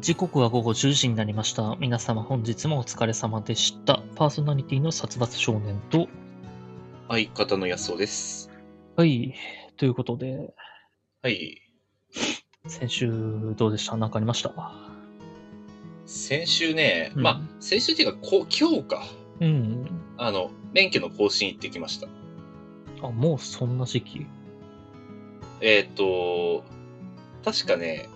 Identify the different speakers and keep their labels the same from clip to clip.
Speaker 1: 時刻は午後10時になりました。皆様本日もお疲れ様でした。パーソナリティの殺伐少年と、
Speaker 2: 相方の安尾です。
Speaker 1: はい、ということで、
Speaker 2: はい。
Speaker 1: 先週どうでした何かありました
Speaker 2: 先週ね、
Speaker 1: うん
Speaker 2: まあ、先週っていうか、こ今日か。
Speaker 1: うん。
Speaker 2: あの、免許の更新行ってきました。
Speaker 1: あ、もうそんな時期。
Speaker 2: えっ、と、確かね、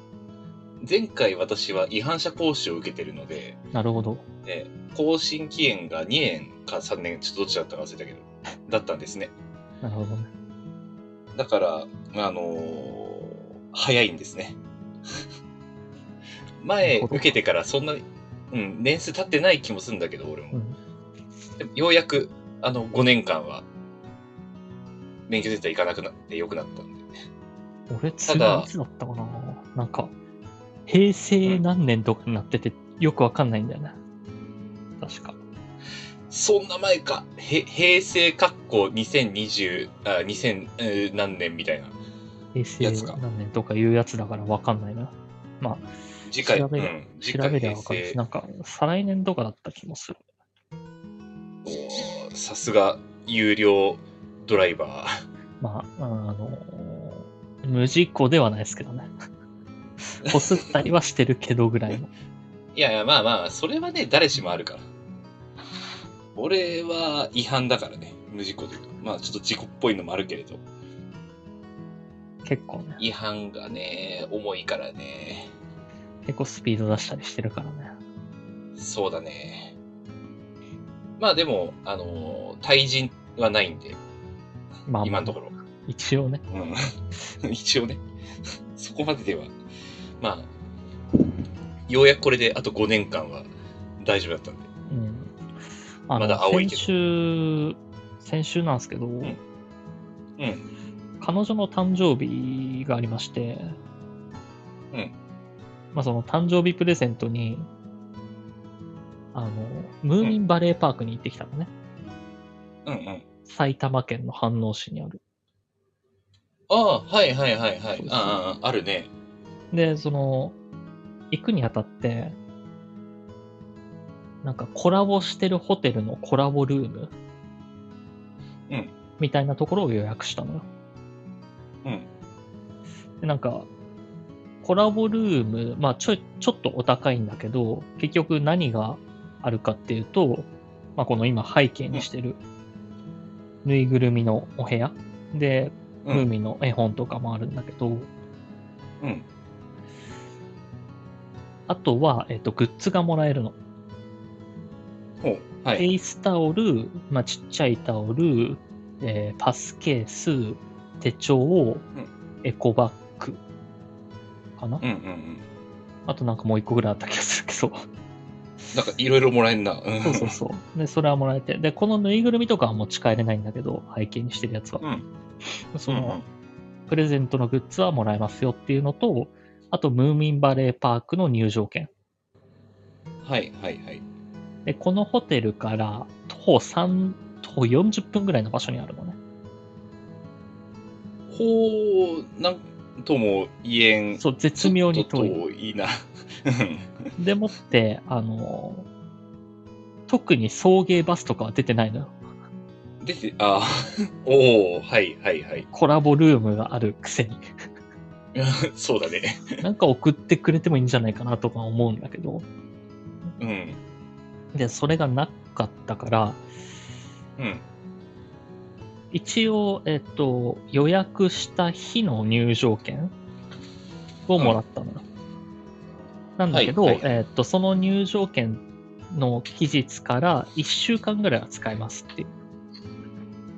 Speaker 2: 前回私は違反者講習を受けてるので、
Speaker 1: なるほど。
Speaker 2: えー更新期限が2年か3年、ちょっとどっちだったか忘れたけど、だったんですね。
Speaker 1: なるほどね。
Speaker 2: だから、あのー早いんですね。
Speaker 1: なる
Speaker 2: 前
Speaker 1: ほど
Speaker 2: 受けてからそんなに、うん、年数経ってない気もするんだけど、俺も。
Speaker 1: うん。
Speaker 2: でもようやくあの5年間は免許センター行かなくなってよくなったんで
Speaker 1: 俺、
Speaker 2: た
Speaker 1: 次
Speaker 2: だ
Speaker 1: いつだったかななんか、平成何年とかになってて、よくわかんないんだよね。確か。
Speaker 2: そんな前かへ平成かっこ2020あ2000えー何年みたいな
Speaker 1: 平成
Speaker 2: やつか
Speaker 1: 何年とかいうやつだからわかんないな。まあ、
Speaker 2: 次回
Speaker 1: 調べ
Speaker 2: う
Speaker 1: りゃ
Speaker 2: ん、次
Speaker 1: 調
Speaker 2: 回
Speaker 1: べりゃ
Speaker 2: 平
Speaker 1: わかるし、
Speaker 2: 成
Speaker 1: なんか、再来年とかだった気もする。
Speaker 2: おーさすが有料ドライバー
Speaker 1: まあ、あの、無事故ではないですけどね。 こすったりはしてるけどぐらいの。
Speaker 2: いやいやまあまあそれはね誰しもあるから俺は違反だからね無事故というかまあちょっと事故っぽいのもあるけれど
Speaker 1: 結構ね、
Speaker 2: 違反がね重いからね
Speaker 1: 結構スピード出したりしてるからね。
Speaker 2: そうだね。まあでも、あのー対人はないんで、
Speaker 1: まあ、
Speaker 2: 今のところ。
Speaker 1: 一応ね。
Speaker 2: うん。 一応ね、そこまででは。まあ、ようやくこれであと5年間は大丈夫だったんで。
Speaker 1: うん。あの、
Speaker 2: まだ青いけ
Speaker 1: 先週、先週なんですけど、
Speaker 2: んうん。
Speaker 1: 彼女の誕生日がありまして、
Speaker 2: うん。
Speaker 1: まあ、その誕生日プレゼントに、あの、ムーミンバレーパークに行ってきたのね。
Speaker 2: うんうん。
Speaker 1: 埼玉県の飯能市にある。
Speaker 2: ああ、はいはいはい
Speaker 1: そ
Speaker 2: は
Speaker 1: う
Speaker 2: い
Speaker 1: で。す
Speaker 2: ああ、あるね。
Speaker 1: で、その、行くにあたって、なんかコラボしてるホテルのコラボルーム、
Speaker 2: うん
Speaker 1: みたいなところを予約したのよ。
Speaker 2: うん。
Speaker 1: でなんか、コラボルーム、まあちょい、ちょっとお高いんだけど、結局何があるかっていうと、まあこの今背景にしてる、ぬいぐるみのお部屋で、
Speaker 2: う
Speaker 1: ムー
Speaker 2: ん。
Speaker 1: ミンの絵本とかもあるんだけど、
Speaker 2: うん。
Speaker 1: あとは、えっと、グッズがもらえるの。
Speaker 2: ほう。は
Speaker 1: フェ
Speaker 2: い。
Speaker 1: イスタオル、まあ、ちっちゃいタオル、えーパスケース、手帳、エコバッグかな、
Speaker 2: うんうんうん。
Speaker 1: あとなんかもう一個ぐらいあった気がするけど。
Speaker 2: なんかいろいろもらえんな。うん。
Speaker 1: そうそうそう。 で、それはもらえて。で、このぬいぐるみとかは持ち帰れないんだけど、背景にしてるやつは。
Speaker 2: うん。
Speaker 1: そ
Speaker 2: うんう
Speaker 1: の
Speaker 2: ん、
Speaker 1: プレゼントのグッズはもらえますよっていうのと、あと、ムーミンバレーパークの入場券。
Speaker 2: はいはいはい。
Speaker 1: で、このホテルから徒歩3、徒歩40分ぐらいの場所にあるのね。
Speaker 2: ほう、なんとも言えん。
Speaker 1: そう、絶妙に
Speaker 2: ちょ
Speaker 1: 遠
Speaker 2: っ
Speaker 1: い。
Speaker 2: といいな。
Speaker 1: でもって、あの、特に送迎バスとかは出てないのよ。
Speaker 2: 出て、あ ーおおはいはいはい。
Speaker 1: コラボルームがあるくせに。
Speaker 2: そうだね。
Speaker 1: なんか送ってくれてもいいんじゃないかなとか思うんだけど。
Speaker 2: うん。
Speaker 1: で、それがなかったから、
Speaker 2: うん。
Speaker 1: 一応、えっと、予約した日の入場券をもらったのよ。なんだけど、
Speaker 2: はいはい
Speaker 1: えっと、その入場券の期日から1週間ぐらいは使えますっていう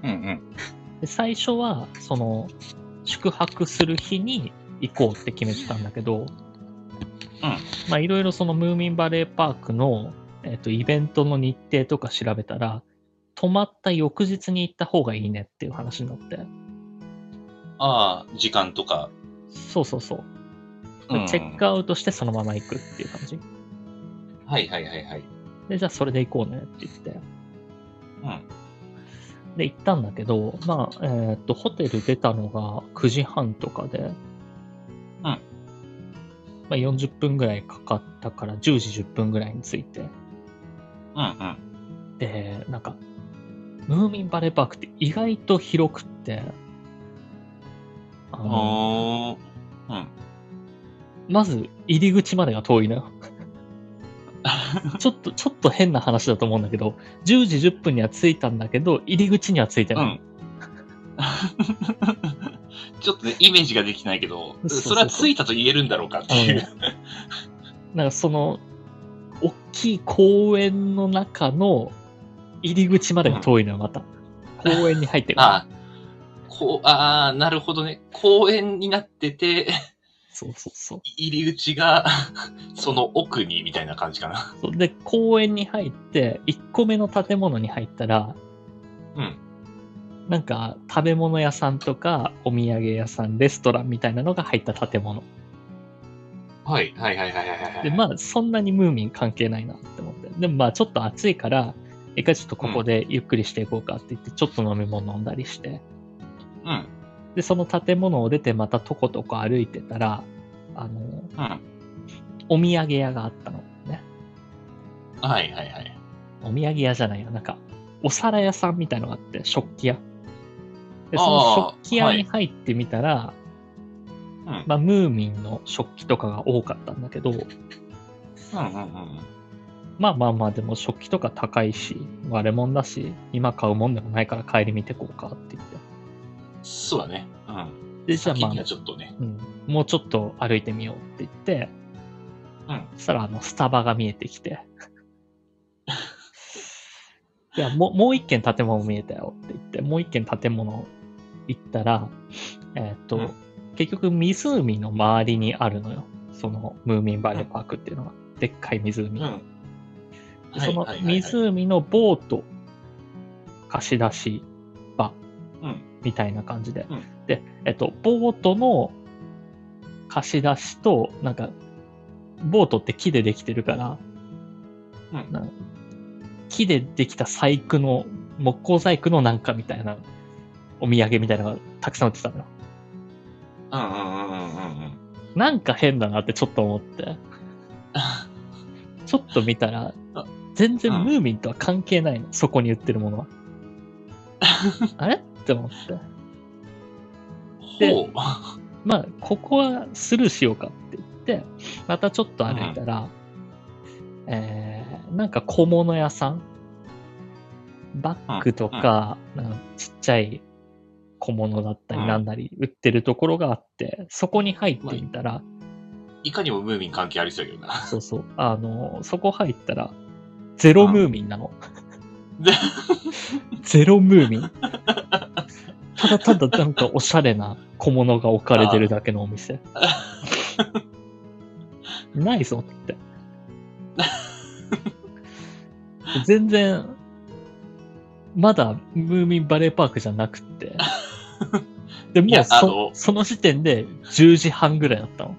Speaker 2: うんうん。
Speaker 1: で最初はその宿泊する日に行こうって決めてたんだけど、まあいろいろそのムーミンバレーパークの、えっとイベントの日程とか調べたら泊まった翌日に行った方がいいねっていう話になって
Speaker 2: ああ、時間とか。
Speaker 1: そうそうそう
Speaker 2: う
Speaker 1: で
Speaker 2: ん
Speaker 1: チェックアウトしてそのまま行くっていう感じ
Speaker 2: はいはいはいはい。
Speaker 1: でじゃあそれで行こうねって言って
Speaker 2: うん。
Speaker 1: で行ったんだけどまあえっとホテル出たのが9時半とかで、
Speaker 2: うん
Speaker 1: まあ、40分ぐらいかかったから10時10分ぐらいに着いて、
Speaker 2: うんうん。
Speaker 1: で、なんか、ムーミンバレーパークって意外と広くって、あの、
Speaker 2: おー。うん。
Speaker 1: まず入り口までが遠い のよ。ちょっと、ちょっと変な話だと思うんだけど、10時10分には着いたんだけど、入り口には着いて
Speaker 2: う
Speaker 1: ない。
Speaker 2: ん。ちょっとね、イメージができないけど、
Speaker 1: そうそうそう
Speaker 2: それはついたと言えるんだろうかっていう。
Speaker 1: なんかその、大きい公園の中の入り口までが遠いのよ、また。公園に入ってる。
Speaker 2: ああ、こう、ああ、なるほどね。公園になってて、
Speaker 1: そうそうそう。
Speaker 2: 入り口が、 その奥に、みたいな感じかな。
Speaker 1: そうで、公園に入って、1個目の建物に入ったら、
Speaker 2: うん
Speaker 1: なんか、食べ物屋さんとか、お土産屋さん、レストランみたいなのが入った建物。
Speaker 2: はい、はい、はい、はい、はいはい。
Speaker 1: で、まあ、そんなにムーミン関係ないなって思って。でも、まあ、ちょっと暑いから、一回ちょっとここでゆっくりしていこうかって言って、ちょっと飲み物飲んだりして。
Speaker 2: うん、
Speaker 1: で、その建物を出て、またとことこ歩いてたら、あの、
Speaker 2: うん。
Speaker 1: お土産屋があったのね。
Speaker 2: はい、はい、はい。
Speaker 1: お土産屋じゃないよ。なんか、お皿屋さんみたいのがあって、食器屋。で、そ
Speaker 2: あ
Speaker 1: の
Speaker 2: ー
Speaker 1: 食器屋に入ってみたら、
Speaker 2: うん、
Speaker 1: まあ、ムーミンの食器とかが多かったんだけど、
Speaker 2: うん、うん、うん。
Speaker 1: まあまあまあ、でも食器とか高いし、割れ物だし、今買うもんでもないから帰り見てこうかって言って。
Speaker 2: そうだね。うん。
Speaker 1: で、じゃあ
Speaker 2: 先
Speaker 1: ま
Speaker 2: に
Speaker 1: あ
Speaker 2: は、ちょっとね。
Speaker 1: うん、もうちょっと歩いてみようって言って、
Speaker 2: うん
Speaker 1: そしたら、あの、スタバが見えてきて。 いや、もう、もう一軒建物見えたよって言って、もう一軒建物行ったら、えーっ、と、
Speaker 2: うん
Speaker 1: 結局湖の周りにあるのよ。その、ムーミンバレーパークっていうのが。でっかい湖。
Speaker 2: うん。
Speaker 1: でその
Speaker 2: はいはいはいはい
Speaker 1: 湖のボート貸し出し場
Speaker 2: うん
Speaker 1: みたいな感じで、
Speaker 2: うん
Speaker 1: で、えっと、ボートの貸し出しとなんかボートって木でできてるから、
Speaker 2: うん
Speaker 1: なんか木でできた細工の木工細工のなんかみたいなお土産みたいなのがたくさん売ってたのよ
Speaker 2: うんうんうんうんうんうん。
Speaker 1: なんか変だなってちょっと思ってちょっと見たら
Speaker 2: あ、
Speaker 1: 全然
Speaker 2: うん
Speaker 1: ムーミンとは関係ないの、そこに売ってるも のは。あれって思って。で
Speaker 2: ほう。
Speaker 1: まあ、ここはスルーしようかって言って、またちょっと歩いたら、えー、なんか小物屋さんバッグとか、なんかちっちゃい小物だった
Speaker 2: う
Speaker 1: り
Speaker 2: ん
Speaker 1: なんなり売ってるところがあって、そこに入ってみたら、
Speaker 2: いかにもムーミン関係ありそうやけどな。
Speaker 1: そうそう、あの、そこ入ったら、ゼロムーミンなの。
Speaker 2: で
Speaker 1: ゼロムーミン。ただただなんかおしゃれな小物が置かれてるだけのお 店。ないぞって。全然、まだムーミンバレーパークじゃなくって。で
Speaker 2: い
Speaker 1: もう
Speaker 2: やあ
Speaker 1: そ
Speaker 2: の
Speaker 1: その時点で10時半ぐらいだったの。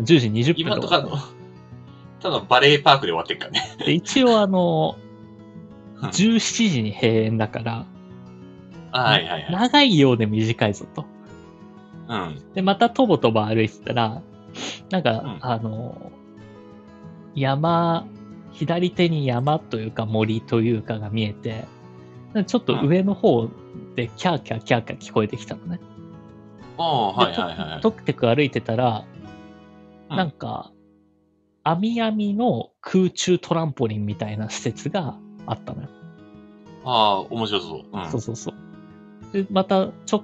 Speaker 1: 10時20分
Speaker 2: 今
Speaker 1: と
Speaker 2: と
Speaker 1: かだ
Speaker 2: か
Speaker 1: った
Speaker 2: の、ただバレーパークで終わってっからね。
Speaker 1: で一応あの、
Speaker 2: うん
Speaker 1: 17時に閉園だから、
Speaker 2: はいはいはい。
Speaker 1: 長いようで短いぞと。
Speaker 2: うん。
Speaker 1: で、またとぼとぼ歩いてたら、なんか、
Speaker 2: うん
Speaker 1: あの、山、左手に山というか森というかが見えて、ちょっと上の方でキャーキャーキャーキャー聞こえてきたのね。
Speaker 2: おーはい
Speaker 1: で
Speaker 2: はいはい。
Speaker 1: トクテク歩いてたら、
Speaker 2: うん
Speaker 1: なんか、網網の空中トランポリンみたいな施設があったのよ。
Speaker 2: ああー、面白そう。うん。
Speaker 1: そうそうそう。で、またちょっ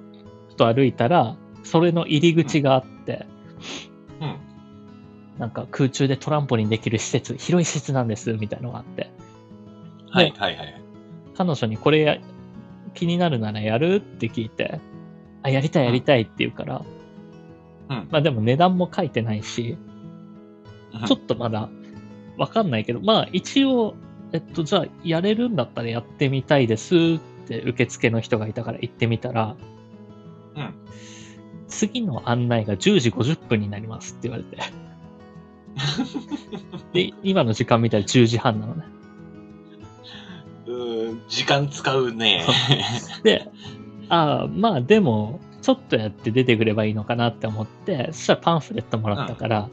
Speaker 1: と歩いたら、それの入り口があって、
Speaker 2: うん。
Speaker 1: なんか空中でトランポリンできる施設、広い施設なんです、みたいのがあって、
Speaker 2: はいはいはい。
Speaker 1: 彼女にこれや気になるならやるって聞いて、あ、やりたいやりたいって言うから、
Speaker 2: うん。
Speaker 1: まあでも値段も書いてないし、 ちょっ
Speaker 2: と、
Speaker 1: とまだわかんないけど、まあ一応、えっと、じゃあやれるんだったらやってみたいですって受付の人がいたから行ってみたら、
Speaker 2: うん
Speaker 1: 次の案内が10時50分になりますって言わ れて。で、今の時間見たら10時半なのね。
Speaker 2: うーん、時間使うね。
Speaker 1: で、ああ、まあでも、ちょっとやって出てくればいいのかなって思って、そしたらパンフレットもらったから、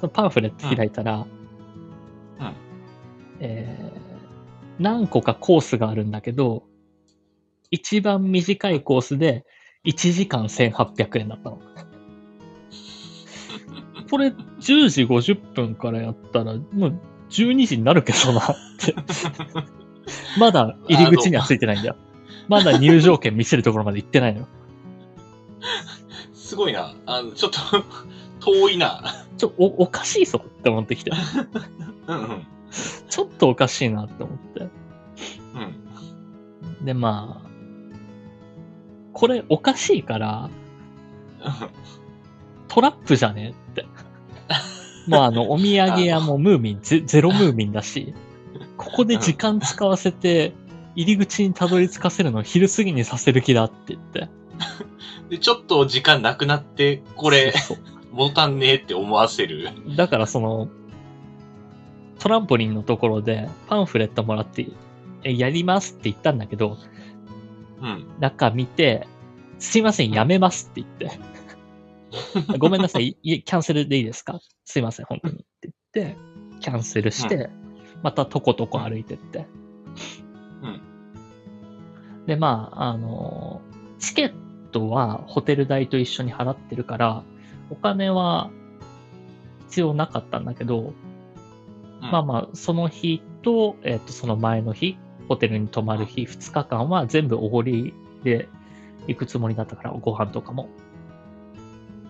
Speaker 1: そのパンフレット開いたら、
Speaker 2: うん
Speaker 1: えー何個かコースがあるんだけど、一番短いコースで1時間1800円だったの。これ10時50分からやったら、もう12時になるけどなって。まだ入り口にはついてないんだよ。まだ入場券見せるところまで行ってないのよ。
Speaker 2: すごいな。あの、ちょっと、 遠いな。
Speaker 1: ちょ、お、おかしいぞって思ってきて。
Speaker 2: うんうん。
Speaker 1: ちょっとおかしいなって思って。
Speaker 2: うん。
Speaker 1: で、まあ、これおかしいから、トラップじゃねえって。 もうあの、お土産屋もムーミン、ゼゼロムーミンだし、ここで時間使わせて、入り口にたどり着かせるのを昼過ぎにさせる気だって言って。
Speaker 2: で、ちょっと時間なくなって、これ、
Speaker 1: そう
Speaker 2: 物足んねえって思わせる。
Speaker 1: そうだからその、トランポリンのところでパンフレットもらって、えやりますって言ったんだけど、
Speaker 2: うん。
Speaker 1: 中見て、すいません、やめますって言っ て。ごめんなさい、いキャンセルでいいですかすいません、本当に。って言って、キャンセルして、またとことこ歩いてって。
Speaker 2: うん
Speaker 1: で、まあ、あのー、チケットはホテル代と一緒に払ってるから、お金は必要なかったんだけど、まあまあ、その日と、えっ、と、その前の日、ホテルに泊まる日、2日間は全部おごりで行くつもりだったから、ご飯とかも。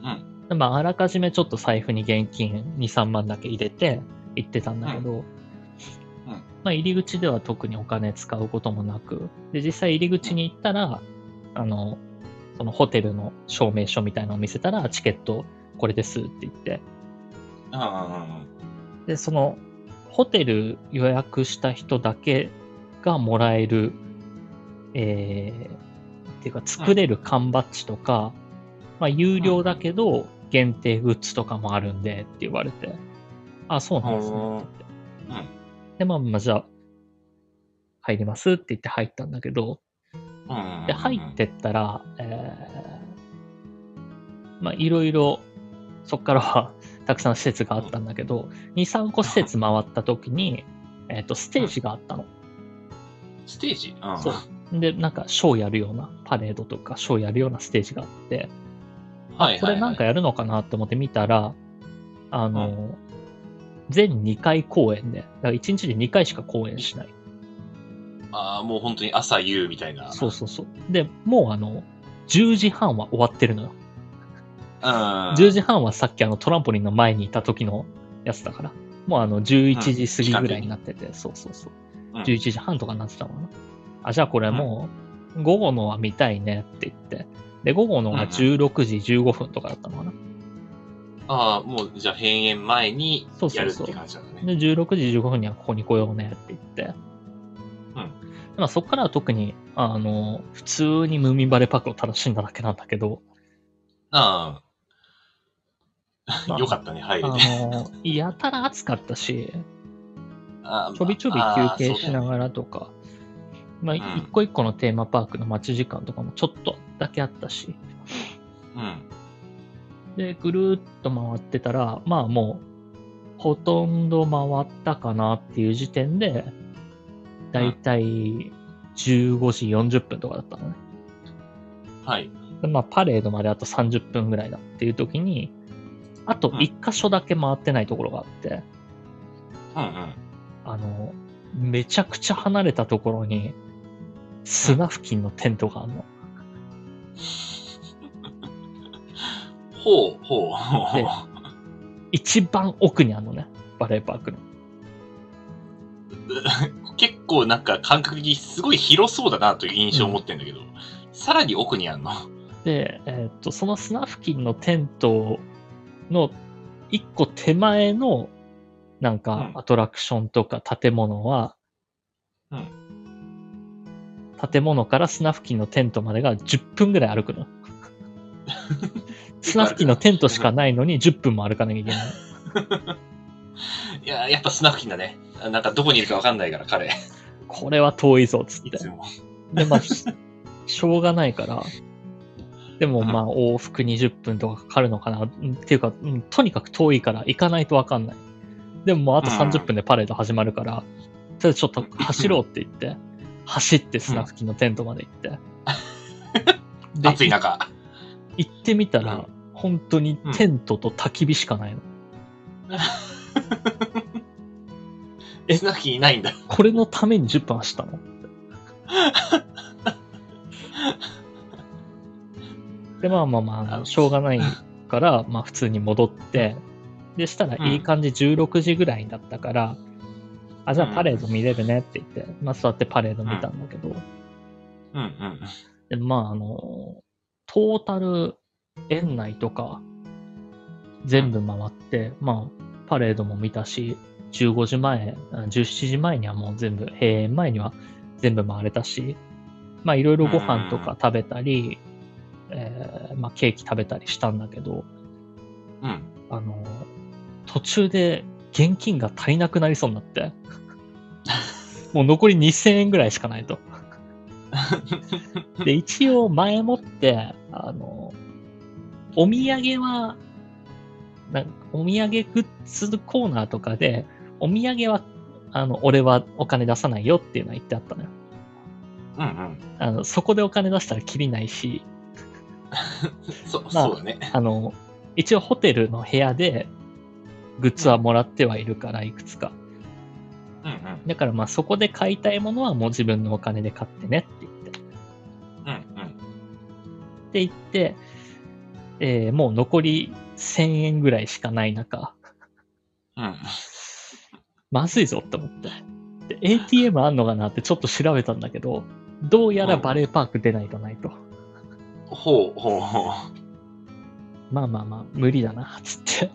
Speaker 2: うん。
Speaker 1: でまあ、あらかじめちょっと財布に現金2、3万だけ入れて行ってたんだけど、まあ、入り口では特にお金使うこともなく、で、実際入り口に行ったら、あの、そのホテルの証明書みたいなのを見せたら、チケットこれですって言って、
Speaker 2: あ
Speaker 1: で、その、ホテル予約した人だけがもらえる、えー、っていうか、作れる缶バッジとか、まあ、有料だけど、限定グッズとかもあるんで、って言われて、あ、そうなんですねって言って。
Speaker 2: あ。
Speaker 1: で、まあまあ、じゃあ、入りますって言って入ったんだけど、
Speaker 2: うん。うん。
Speaker 1: で、入ってったら、えー、まあ、いろいろ、そっからは、 たくさん施設があったんだけど、2、3個施設回った時に、えっ、と、ステージがあったの。
Speaker 2: ステージうん。
Speaker 1: そで、なんか、ショーやるような、パレードとか、ショーやるようなステージがあって、
Speaker 2: はいはいはい。
Speaker 1: これなんかやるのかなって思って見たら、あの、全2回公演で、だから1日で2回しか公演しない。
Speaker 2: ああ、もう本当に朝夕みたいな。
Speaker 1: そうそうそう。で、もうあの、10時半は終わってるのよ。
Speaker 2: うん。
Speaker 1: 10時半はさっきあのトランポリンの前にいた時のやつだから、もうあの11時過ぎぐらいになってて、そうそうそう。
Speaker 2: うん
Speaker 1: 11時半とかになってたもんな。あ、じゃあこれもう午後のは見たいねって言って。で、午後のが16時15分とかだったのかな。
Speaker 2: ああ、もうじゃあ閉園前に
Speaker 1: そうそ
Speaker 2: や
Speaker 1: う
Speaker 2: るっ
Speaker 1: そう
Speaker 2: て感じなんだね。
Speaker 1: で、16時15分にはここに来ようねって言って。
Speaker 2: うん
Speaker 1: まあそっからは特に、あの、普通にムーミンバレーパークを楽しんだだけなんだけど、
Speaker 2: あ
Speaker 1: ま
Speaker 2: あ、
Speaker 1: あ
Speaker 2: よかったね、入
Speaker 1: あ
Speaker 2: れて。
Speaker 1: の、やたら暑かったし、
Speaker 2: あー
Speaker 1: ちょびちょび休憩しながらとか、まあ、
Speaker 2: うん
Speaker 1: 一個一個のテーマパークの待ち時間とかもちょっとだけあったし、
Speaker 2: ま
Speaker 1: で、ぐるーっと回ってたら、まあもう、ほとんど回ったかなっていう時点で、だいたい15時40分とかだったのね。
Speaker 2: あ。うん。はい。
Speaker 1: でまあ、パレードまであと30分ぐらいだっていう時に、あと一箇所だけ回ってないところがあって、
Speaker 2: うんうん。
Speaker 1: あの、めちゃくちゃ離れたところに、砂付近のテントがあるの。
Speaker 2: ほう、ほう、ほ
Speaker 1: で一番奥にあるのね、バレーパークの。
Speaker 2: う。結構なんか感覚的にすごい広そうだなという印象を持ってんだけど、さらに奥にあんの。
Speaker 1: で、えーっと、その砂付近のテントの一個手前の、なんか
Speaker 2: うん
Speaker 1: アトラクションとか建物は、
Speaker 2: う
Speaker 1: 建物から砂付近のテントまでが10分ぐらい歩く の。砂付近のテントしかないのに10分も歩かなきゃいけない。
Speaker 2: いやー、やっぱスナフキンだね。あなんかどこにいるかわかんないから、彼。
Speaker 1: これは遠いぞ、つっ
Speaker 2: い
Speaker 1: て
Speaker 2: つ。も。
Speaker 1: で、まあ、ししょうがないから、でもまあ往復20分とかかかるのかな。っていうか、うんとにかく遠いから行かないとわかんない。でももうあと30分でパレード始まるから、とりあえずちょっと走ろうって言って、走って砂付きのテントまで行って。 で
Speaker 2: 暑い中。
Speaker 1: 行ってみた
Speaker 2: う
Speaker 1: ら
Speaker 2: ん、
Speaker 1: 本当にテントと焚き火しかないの。え
Speaker 2: スナッキーいないんだ。
Speaker 1: これのために10分走ったので、まあまあまああの、しょうがないから、まあ普通に戻って、でしたら
Speaker 2: うん
Speaker 1: いい感じ16時ぐらいだったから、あ、じゃあパレード見れるねって言って、まあ座ってパレード見たんだけど、
Speaker 2: うんうん。
Speaker 1: でまああの、トータル園内とか全部回って、まあパレードも見たし、15時前、あ17時前にはもう全部、閉園前には全部回れたし、まあいろいろご飯とか食べたり、えーまあケーキ食べたりしたんだけど、
Speaker 2: うん。
Speaker 1: あの、途中で現金が足りなくなりそうになって、もう残り2000円ぐらいしかないと。で、一応前もって、あの、お土産は、なんお土産グッズコーナーとかで、お土産は、あの、俺はお金出さないよっていうのは言ってあったのよ。
Speaker 2: うんうん。
Speaker 1: あの、そこでお金出したらきりないし、
Speaker 2: そ、
Speaker 1: まあ
Speaker 2: そうだね。
Speaker 1: あの、一応ホテルの部屋でグッズはもらってはいるから、いくつか。
Speaker 2: うんうん。
Speaker 1: だからまあそこで買いたいものはもう自分のお金で買ってねって言って。
Speaker 2: うん
Speaker 1: って言って、えーもう残り1000円ぐらいしかない中、
Speaker 2: うん。うん。
Speaker 1: まずいぞって思って。で、ATM あんのかなってちょっと調べたんだけど、どうやらバレーパーク出ないとないと。
Speaker 2: ほうほうほ
Speaker 1: まあまあまあ、無理だな、つって。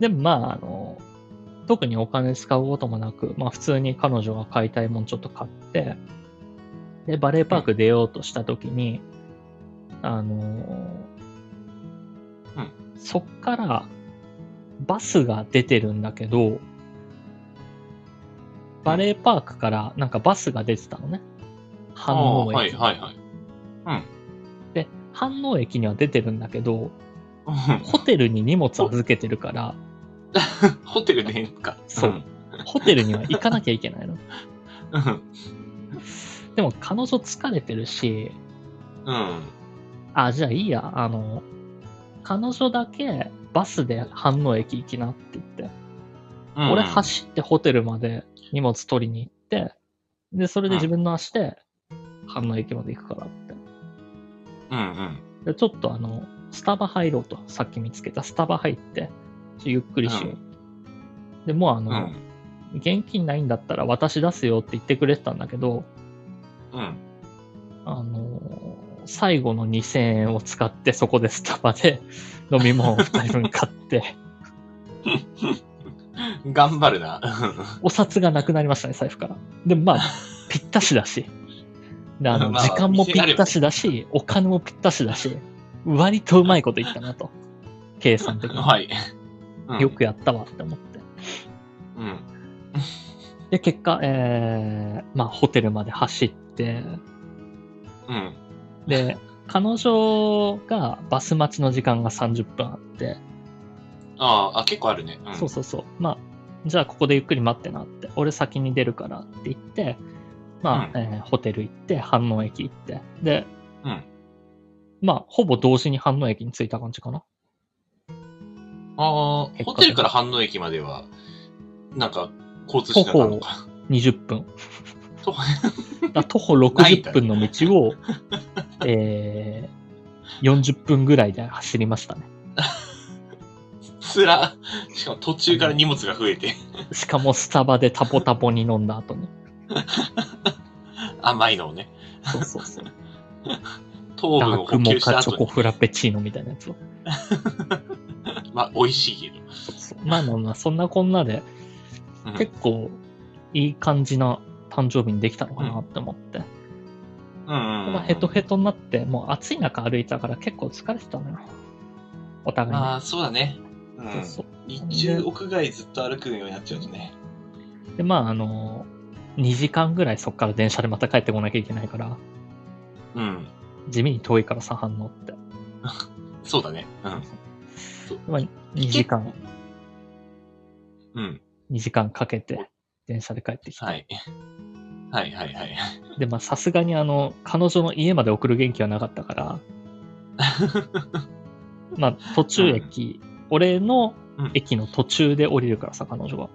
Speaker 1: でもまあ、あの、特にお金使うこともなく、まあ普通に彼女が買いたいもんちょっと買って、で、バレーパーク出ようとした時に、あの
Speaker 2: うん
Speaker 1: そっからバスが出てるんだけど、バレーパークからなんかバスが出てたのね。
Speaker 2: う。あ
Speaker 1: 反
Speaker 2: あ、
Speaker 1: 応
Speaker 2: はい
Speaker 1: 駅。
Speaker 2: はいはい。
Speaker 1: で、反応駅には出てるんだけど、
Speaker 2: うん
Speaker 1: ホテルに荷物預けてるから、
Speaker 2: ホテルでいいのか。
Speaker 1: そうホテルには行かなきゃいけないの。
Speaker 2: うん。うん。
Speaker 1: でも彼女疲れてるし、
Speaker 2: うん。
Speaker 1: あ、じゃあいいや、あの、彼女だけバスで飯能駅行きなって言って、
Speaker 2: うん
Speaker 1: 俺。走ってホテルまで荷物取りに行って、で、それで自分の足で飯能駅まで行くからって。
Speaker 2: うんうん。
Speaker 1: で、ちょっとあの、スタバ入ろうと、さっき見つけたスタバ入って、ちょっとゆっくりしよう。で、もうあ
Speaker 2: う
Speaker 1: の、
Speaker 2: ん。
Speaker 1: 現金ないんだったら私出すよって言ってくれてたんだけど、
Speaker 2: うん。
Speaker 1: あのー最後の2000円を使ってそこでスタバで 飲み物を2人分買って、
Speaker 2: 頑張るな。
Speaker 1: お札がなくなりましたね、財布から。でもまあ、ぴったしだし。であの、
Speaker 2: まあ
Speaker 1: 時間もぴったしだし、お金もぴったしだし、割とうまいこと言ったなと。計算的に。
Speaker 2: はい。うん
Speaker 1: よ。くやったわって思って。
Speaker 2: うん。
Speaker 1: で、結果、えー、まあ、ホテルまで走って、
Speaker 2: うん。
Speaker 1: で、彼女がバス待ちの時間が30分あって、
Speaker 2: ああ、結構あるね。うん
Speaker 1: そうそうそう。まあ、じゃあここでゆっくり待ってなって、俺先に出るからって言って、まあ、えーホテル行って、飯能駅行って、で、
Speaker 2: うん
Speaker 1: まあ、ほぼ同時に飯能駅に着いた感じかな。
Speaker 2: ああ、
Speaker 1: 結果的に
Speaker 2: ホテルから飯能駅までは、なんか、交通手段なのか。
Speaker 1: 20分。
Speaker 2: そう
Speaker 1: だから徒歩
Speaker 2: ないん
Speaker 1: 60
Speaker 2: だ
Speaker 1: 分の道を、えー、40分ぐらいで走りましたね。
Speaker 2: つら。しかも途中から荷物が増えて、
Speaker 1: しかもスタバでタポタポに飲んだ後に。
Speaker 2: 甘いのをね。
Speaker 1: そうそうそう。
Speaker 2: 糖分
Speaker 1: ダ
Speaker 2: を
Speaker 1: ーク
Speaker 2: 補
Speaker 1: モ
Speaker 2: 給し
Speaker 1: カ
Speaker 2: た
Speaker 1: チョ
Speaker 2: 後
Speaker 1: コ
Speaker 2: に、
Speaker 1: フラペチーノみたいなやつを。
Speaker 2: まあ、美味しいけど。
Speaker 1: そうそうまあまあまあ、そんなこんなで、
Speaker 2: うん
Speaker 1: 結構いい感じな誕生日にできたのかなって思って。
Speaker 2: うんうんう
Speaker 1: まあ
Speaker 2: ん。
Speaker 1: ヘトヘトになって、もう暑い中歩いたから結構疲れてたのよ。お互い
Speaker 2: まあ、そうだね。う
Speaker 1: に。
Speaker 2: ん。
Speaker 1: そう
Speaker 2: 日中屋外ずっと歩くようになっちゃうとね。
Speaker 1: そうで、まあ、あのー、2時間ぐらいそっから電車でまた帰ってこなきゃいけないから、
Speaker 2: うん。
Speaker 1: 地味に遠いからさ、反応って。
Speaker 2: そうだね。うん。
Speaker 1: まあ、2時間、
Speaker 2: うん。
Speaker 1: 2時間かけて、電車で帰ってきて。
Speaker 2: はい。はいはいはい。
Speaker 1: で、まあ、さすがにあの、彼女の家まで送る元気はなかったから、まあ、途中駅、俺の
Speaker 2: うん
Speaker 1: 駅の途中で降りるからさ、彼女は。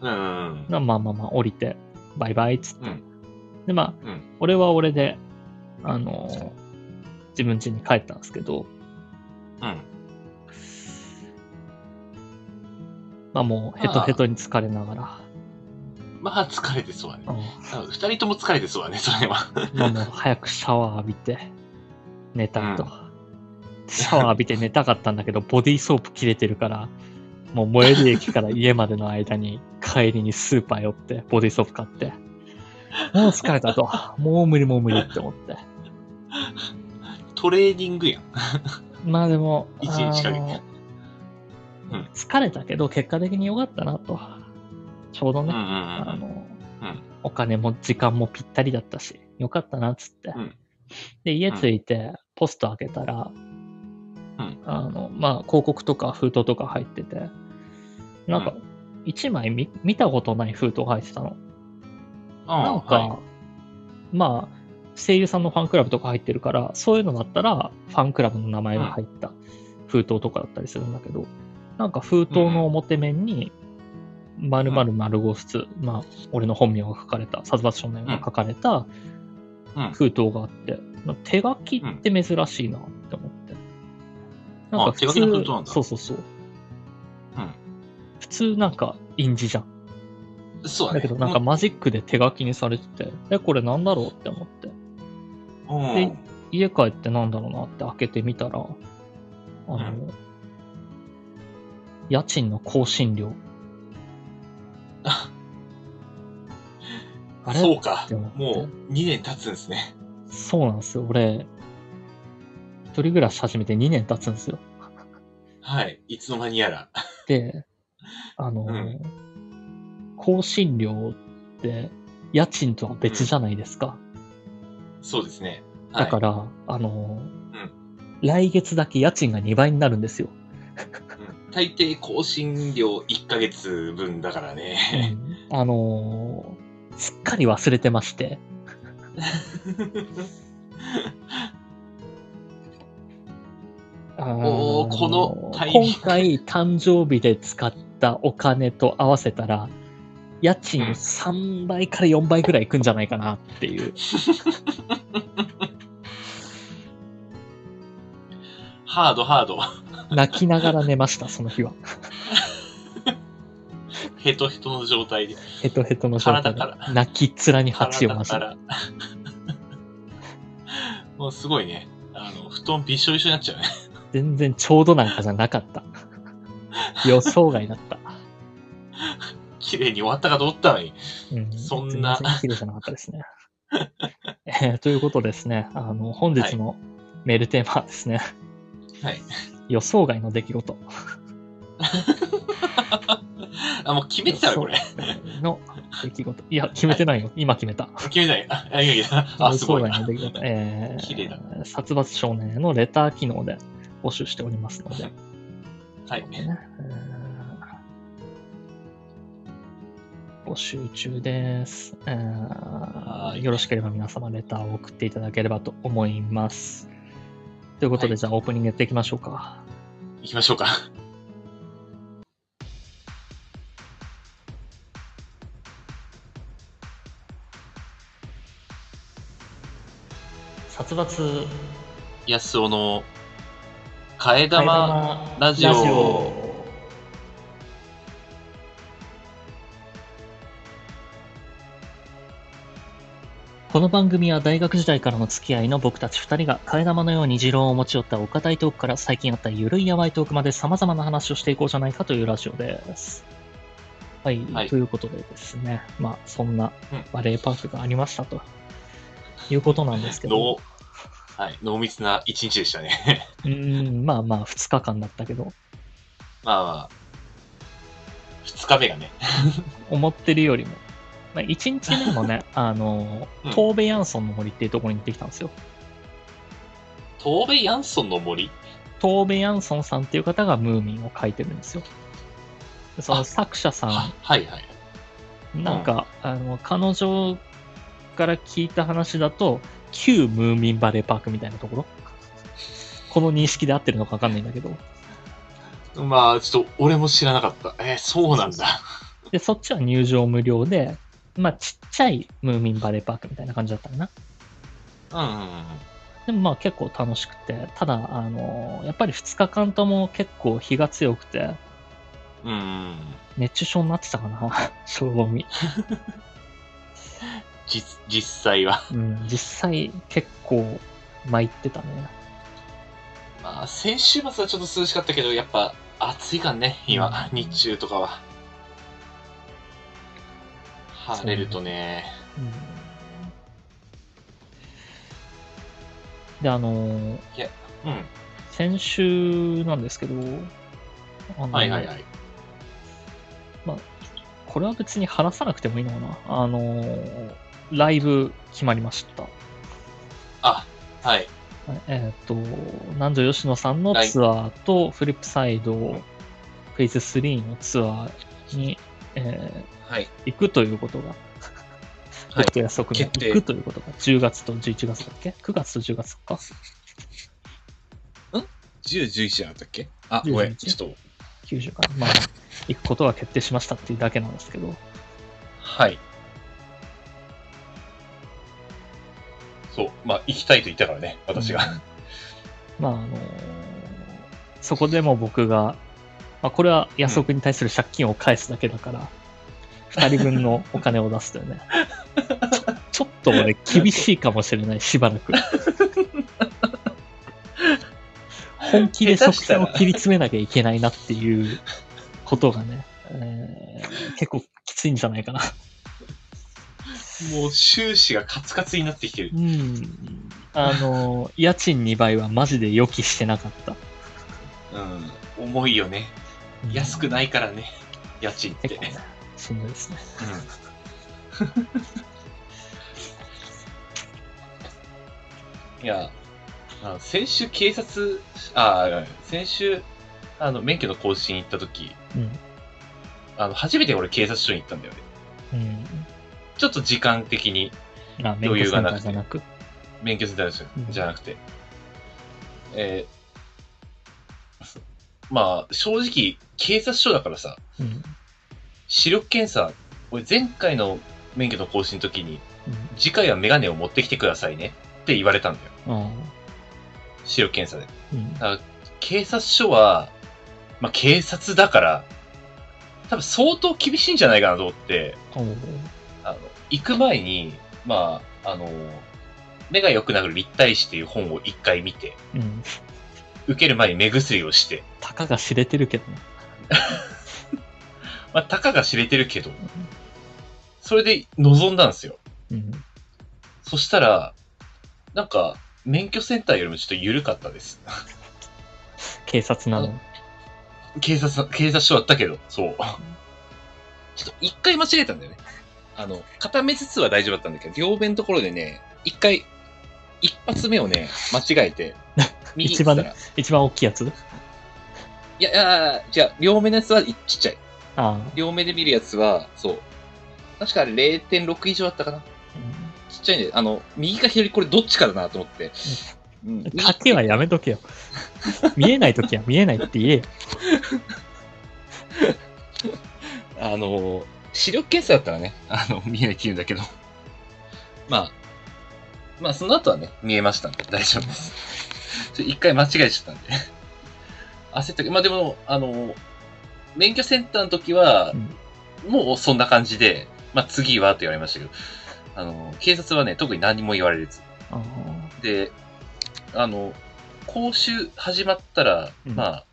Speaker 2: うん。
Speaker 1: まあまあまあ、降りて、バイバイっつって。
Speaker 2: うん
Speaker 1: で、まあ、
Speaker 2: うん
Speaker 1: 俺は俺で、あのー自分家に帰ったんですけど、
Speaker 2: うん。
Speaker 1: まあもう、ヘトヘトに疲れながら、
Speaker 2: まあ疲れてそうだね
Speaker 1: う。ん
Speaker 2: うん二人とも疲れてそうだね、それは。
Speaker 1: まあもう、早くシャワー浴びて、寝たいと。シャワー浴びて寝たかったんだけど、ボディーソープ切れてるから、もう最寄り駅から家までの間に、帰りにスーパー寄って、ボディーソープ買って、もう疲れたと。もう無理もう無理って思って。
Speaker 2: トレーニングやん。
Speaker 1: まあでも、
Speaker 2: 一日かけて
Speaker 1: あの
Speaker 2: うん
Speaker 1: 疲れたけど、結果的に良かったなと。ちょうど
Speaker 2: うんう
Speaker 1: ね、
Speaker 2: ん
Speaker 1: あ
Speaker 2: うん。
Speaker 1: の
Speaker 2: うん
Speaker 1: お金も時間もぴったりだったし、良かったなっつって。
Speaker 2: うん
Speaker 1: で、家着いて、ポスト開けたら、
Speaker 2: うん
Speaker 1: あの、まあ、広告とか封筒とか入ってて、なんか、一枚見見たことない封筒が入ってたの。なんか、
Speaker 2: はい
Speaker 1: まあ、声優さんのファンクラブとか入ってるから、そういうのだったら、ファンクラブの名前が入った封筒とかだったりするんだけど、なんか封筒の表面に、〇〇〇号室、まあ、俺の本名が書かれた、殺伐少年が書かれた
Speaker 2: うん
Speaker 1: 封筒があって、なんか手書きって珍しいなって思って。
Speaker 2: んあ手書きの封筒なんだ
Speaker 1: そうそうそう。
Speaker 2: うん
Speaker 1: 普通なんか印字じゃん。
Speaker 2: そうだね。
Speaker 1: だけどなんかマジックで手書きにされてて、え、これなんだろうって思って。
Speaker 2: うん、
Speaker 1: で家帰ってなんだろうなって開けてみたら、あの、
Speaker 2: うん
Speaker 1: 家賃の更新料。あれ
Speaker 2: そうか
Speaker 1: でも。
Speaker 2: もう2年経つんですね。
Speaker 1: そうなんですよ。俺、一人暮らし始めて2年経つんですよ。
Speaker 2: はい。いつの間にやら。
Speaker 1: で、あの、
Speaker 2: うん
Speaker 1: 更新料って家賃とは別じゃないですか。
Speaker 2: そうですね。はい、。
Speaker 1: だからら、あの、来月だけ家賃が2倍になるんですよ。
Speaker 2: 大抵更新料1ヶ月分だからね。
Speaker 1: あのーすっかり忘れてまして、あー
Speaker 2: おーこのタイミング
Speaker 1: 今回誕生日で使ったお金と合わせたら、家賃
Speaker 2: うん
Speaker 1: 3倍から4倍くらいいくんじゃないかなっていう。
Speaker 2: ハードハード。
Speaker 1: 泣きながら寝ました、その日は。
Speaker 2: ヘトヘトの状態で。
Speaker 1: ヘトヘトの状態で
Speaker 2: 体か。
Speaker 1: 泣き面に蜂を
Speaker 2: 腹
Speaker 1: まし
Speaker 2: 立った
Speaker 1: た。
Speaker 2: ら。 もうすごいね。あの、布団びっしょびしょになっちゃうね。
Speaker 1: 全然ちょうどなんかじゃなかった。予想外だった。
Speaker 2: 綺麗に終わったかと思ったのに。
Speaker 1: うん
Speaker 2: そんな
Speaker 1: 全然綺麗じゃなかったですね。 えーということでですね、あの、本日のメールテーマはですね、
Speaker 2: はい。
Speaker 1: 予想外の出来事
Speaker 2: あ、もう決めてたのこれ。
Speaker 1: の出来事。いや、決めてないよ。今決めた。
Speaker 2: 決めてない。あ、いやいや。あ、
Speaker 1: 予
Speaker 2: すご
Speaker 1: 想
Speaker 2: い
Speaker 1: 外
Speaker 2: な
Speaker 1: の。出来事。え
Speaker 2: 綺麗だ
Speaker 1: ー、殺伐少年へのレター機能で募集しておりますので、
Speaker 2: はい。
Speaker 1: ねえー募集中です、えー
Speaker 2: はい
Speaker 1: よろしければ皆様レターを送っていただければと思います。ということで、
Speaker 2: はい
Speaker 1: じゃあオープニングやっていきましょうか。
Speaker 2: 行きましょうか。
Speaker 1: 殺伐
Speaker 2: 安尾の替え
Speaker 1: 替え
Speaker 2: 玉ラジオ
Speaker 1: ラジオこの番組は大学時代からの付き合いの僕たち2人が替え玉のように持論を持ち寄ったお堅いトークから最近あったゆるいやわいトークまで様々な話をしていこうじゃないかというラジオです。はい、
Speaker 2: はい
Speaker 1: ということでですね、まあそんな
Speaker 2: うん
Speaker 1: バレーパークがありましたということなんですけど、
Speaker 2: の、はい、濃密な一日でしたね。
Speaker 1: うーん、まあまあ2日間だったけど、
Speaker 2: まあまあ、二日目がね、
Speaker 1: 思ってるよりもまあ、1日目もね、 あの
Speaker 2: うん、
Speaker 1: 東部ヤンソンの森っていうところに行ってきたんですよ。
Speaker 2: 東部ヤンソンの森
Speaker 1: 東部ヤンソンさんっていう方がムーミンを書いてるんですよ。でその
Speaker 2: あ
Speaker 1: 作者さん
Speaker 2: ははいはい。
Speaker 1: なんか、あの彼女から聞いた話だと旧ムーミンバレーパークみたいなところこの認識で合ってるのか分かんないんだけど
Speaker 2: まあ、ちょっと俺も知らなかった。えーそうなんだ。
Speaker 1: でそっちは入場無料でまあちっちゃいムーミンバレーパークみたいな感じだったかな
Speaker 2: うんうんうん。
Speaker 1: でもまあ結構楽しくてただあのやっぱり2日間とも結構日が強くて
Speaker 2: うんうん、
Speaker 1: 熱中症になってたかな 正味、
Speaker 2: 実実際は。
Speaker 1: うん、実際結構参ってたね
Speaker 2: まあ、先週末はちょっと涼しかったけど、やっぱ暑いからね、今、日中とかは。晴れるとね。
Speaker 1: うんで、あの、
Speaker 2: うん。
Speaker 1: 先週なんですけど、あの
Speaker 2: はいはいはい。
Speaker 1: これは別に話さなくてもいいのかな。あの、ライブ決まりました。
Speaker 2: あ、はい。
Speaker 1: えっ、と、南條吉野さんのツアーと、フリップサイド、クイズ3のツアーに、え
Speaker 2: はい。
Speaker 1: ー行くということが、
Speaker 2: はい
Speaker 1: 特定約束の
Speaker 2: 決定
Speaker 1: 行くということが、10月と11月だっけ ?9 月と10月か。
Speaker 2: 10、11じゃなかったっけあ、
Speaker 1: 10
Speaker 2: ごめん。
Speaker 1: 11
Speaker 2: ちょっと。
Speaker 1: 90かな、まあ、行くことが決定しましたっていうだけなんですけど、
Speaker 2: はい。そう。まあ、行きたいと言ったからね、私が。
Speaker 1: まあ、あのーそこでも僕が、まあ、これは安岡に対する借金を返すだけだから、二2人分のお金を出すというね、ちょちょっと俺、厳しいかもしれない、しばらく。本気で
Speaker 2: 下手
Speaker 1: 食
Speaker 2: した
Speaker 1: 品
Speaker 2: ら
Speaker 1: を切り詰めなきゃいけないなっていうことがね、えー結構きついんじゃないかな。
Speaker 2: もう、収支がカツカツになってきてる
Speaker 1: う。ん。あの、家賃2倍はマジで予期してなかった。
Speaker 2: うん。重いよね。安く
Speaker 1: い
Speaker 2: ないからね、家賃って。
Speaker 1: 結構ね、しんどいですね。
Speaker 2: いや、あの先週警察、あ、先週、あの、免許の更新行った時、
Speaker 1: うん。
Speaker 2: あの、初めて俺警察署に行ったんだよね。
Speaker 1: うん。
Speaker 2: ちょっと時間的に
Speaker 1: あ、免
Speaker 2: 余
Speaker 1: 許
Speaker 2: 裕
Speaker 1: セ
Speaker 2: が
Speaker 1: ンター
Speaker 2: なくて
Speaker 1: じゃなく。
Speaker 2: 免許センターです
Speaker 1: うん
Speaker 2: じゃなくて。えーまあ、正直、警察署だからさ、
Speaker 1: うん。
Speaker 2: 視力検査、俺前回の免許の更新の時に、
Speaker 1: うん
Speaker 2: 次回はメガネを持ってきてくださいねって言われたんだよ。
Speaker 1: あ
Speaker 2: 視力検査で。
Speaker 1: ーうん。
Speaker 2: 警察署は、まあ、警察だから、多分相当厳しいんじゃないかなと思って、
Speaker 1: おー
Speaker 2: あの、行く前に、まあ、あの、目が良くなる立体視っていう本を一回見て、
Speaker 1: うん。
Speaker 2: 受ける前に目薬をして、
Speaker 1: たかが知れてるけどね。
Speaker 2: まあ、たかが知れてるけど、それで臨んだんですよ。
Speaker 1: うん。
Speaker 2: そしたら、なんか、免許センターよりもちょっと緩かったです。
Speaker 1: 警察なのに。
Speaker 2: 警察、警察署だったけど、そう。ちょっと一回間違えたんだよね。あの、片目ずつは大丈夫だったんだけど、両目のところでね、一回、一発目をね、間違えて、右
Speaker 1: 一番
Speaker 2: 行ったら
Speaker 1: 一番大きいやつ
Speaker 2: いや、いや、じゃあ、両目のやつはちっちゃい。
Speaker 1: あ
Speaker 2: 両目で見るやつは、そう。確かあれ0.6以上だったかな。
Speaker 1: あ。
Speaker 2: ちっちゃいんで、あの、右か左、これどっちかだなと思って。うん
Speaker 1: うん。賭けはやめと けよ。見えないときは見えないって言えよ。
Speaker 2: あの、視力検査だったらね、あの、見えないって言うんだけど。まあ、まあ、その後はね、見えましたんで、大丈夫です。ちょ一回間違えちゃったんで。焦ったけど、まあでも、あの、免許センターの時は
Speaker 1: う、ん
Speaker 2: もうそんな感じで、まあ次はって言われましたけど、あの、警察はね、特に何も言われず。
Speaker 1: あ
Speaker 2: で、あの、講習始まったら、
Speaker 1: うん
Speaker 2: まあ、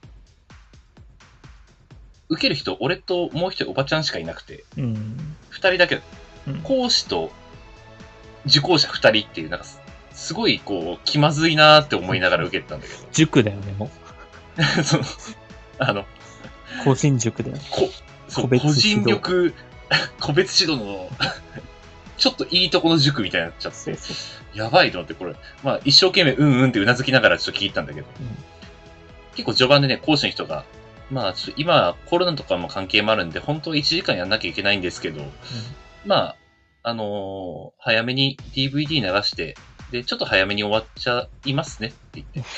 Speaker 2: 受ける人、俺ともう一人おばちゃんしかいなくて、
Speaker 1: ーうん。
Speaker 2: 二人だけ
Speaker 1: うん
Speaker 2: 講師と受講者二人っていう、なんかす、すごいこう、気まずいなーって思いながら受けてたんだけ
Speaker 1: 塾だよね、もう。
Speaker 2: ど、その、あの、
Speaker 1: 個人塾だよ。
Speaker 2: こ、そう、
Speaker 1: 個別
Speaker 2: 個
Speaker 1: 指
Speaker 2: 人
Speaker 1: 導
Speaker 2: 力 個別指導の、ちょっといいとこの塾みたいになっちゃって
Speaker 1: そうそう
Speaker 2: やばいと思って、これ、まあ、一生懸命、うんうんってうなずきながらちょっと聞いたんだけど、
Speaker 1: うん
Speaker 2: 結構序盤でね、講師の人が、まあ、ちょっと今、コロナとかも関係もあるんで、本当は1時間やんなきゃいけないんですけど、まあ、あのー早めに DVD 流して、で、ちょっと早めに終わっちゃいますねって言って、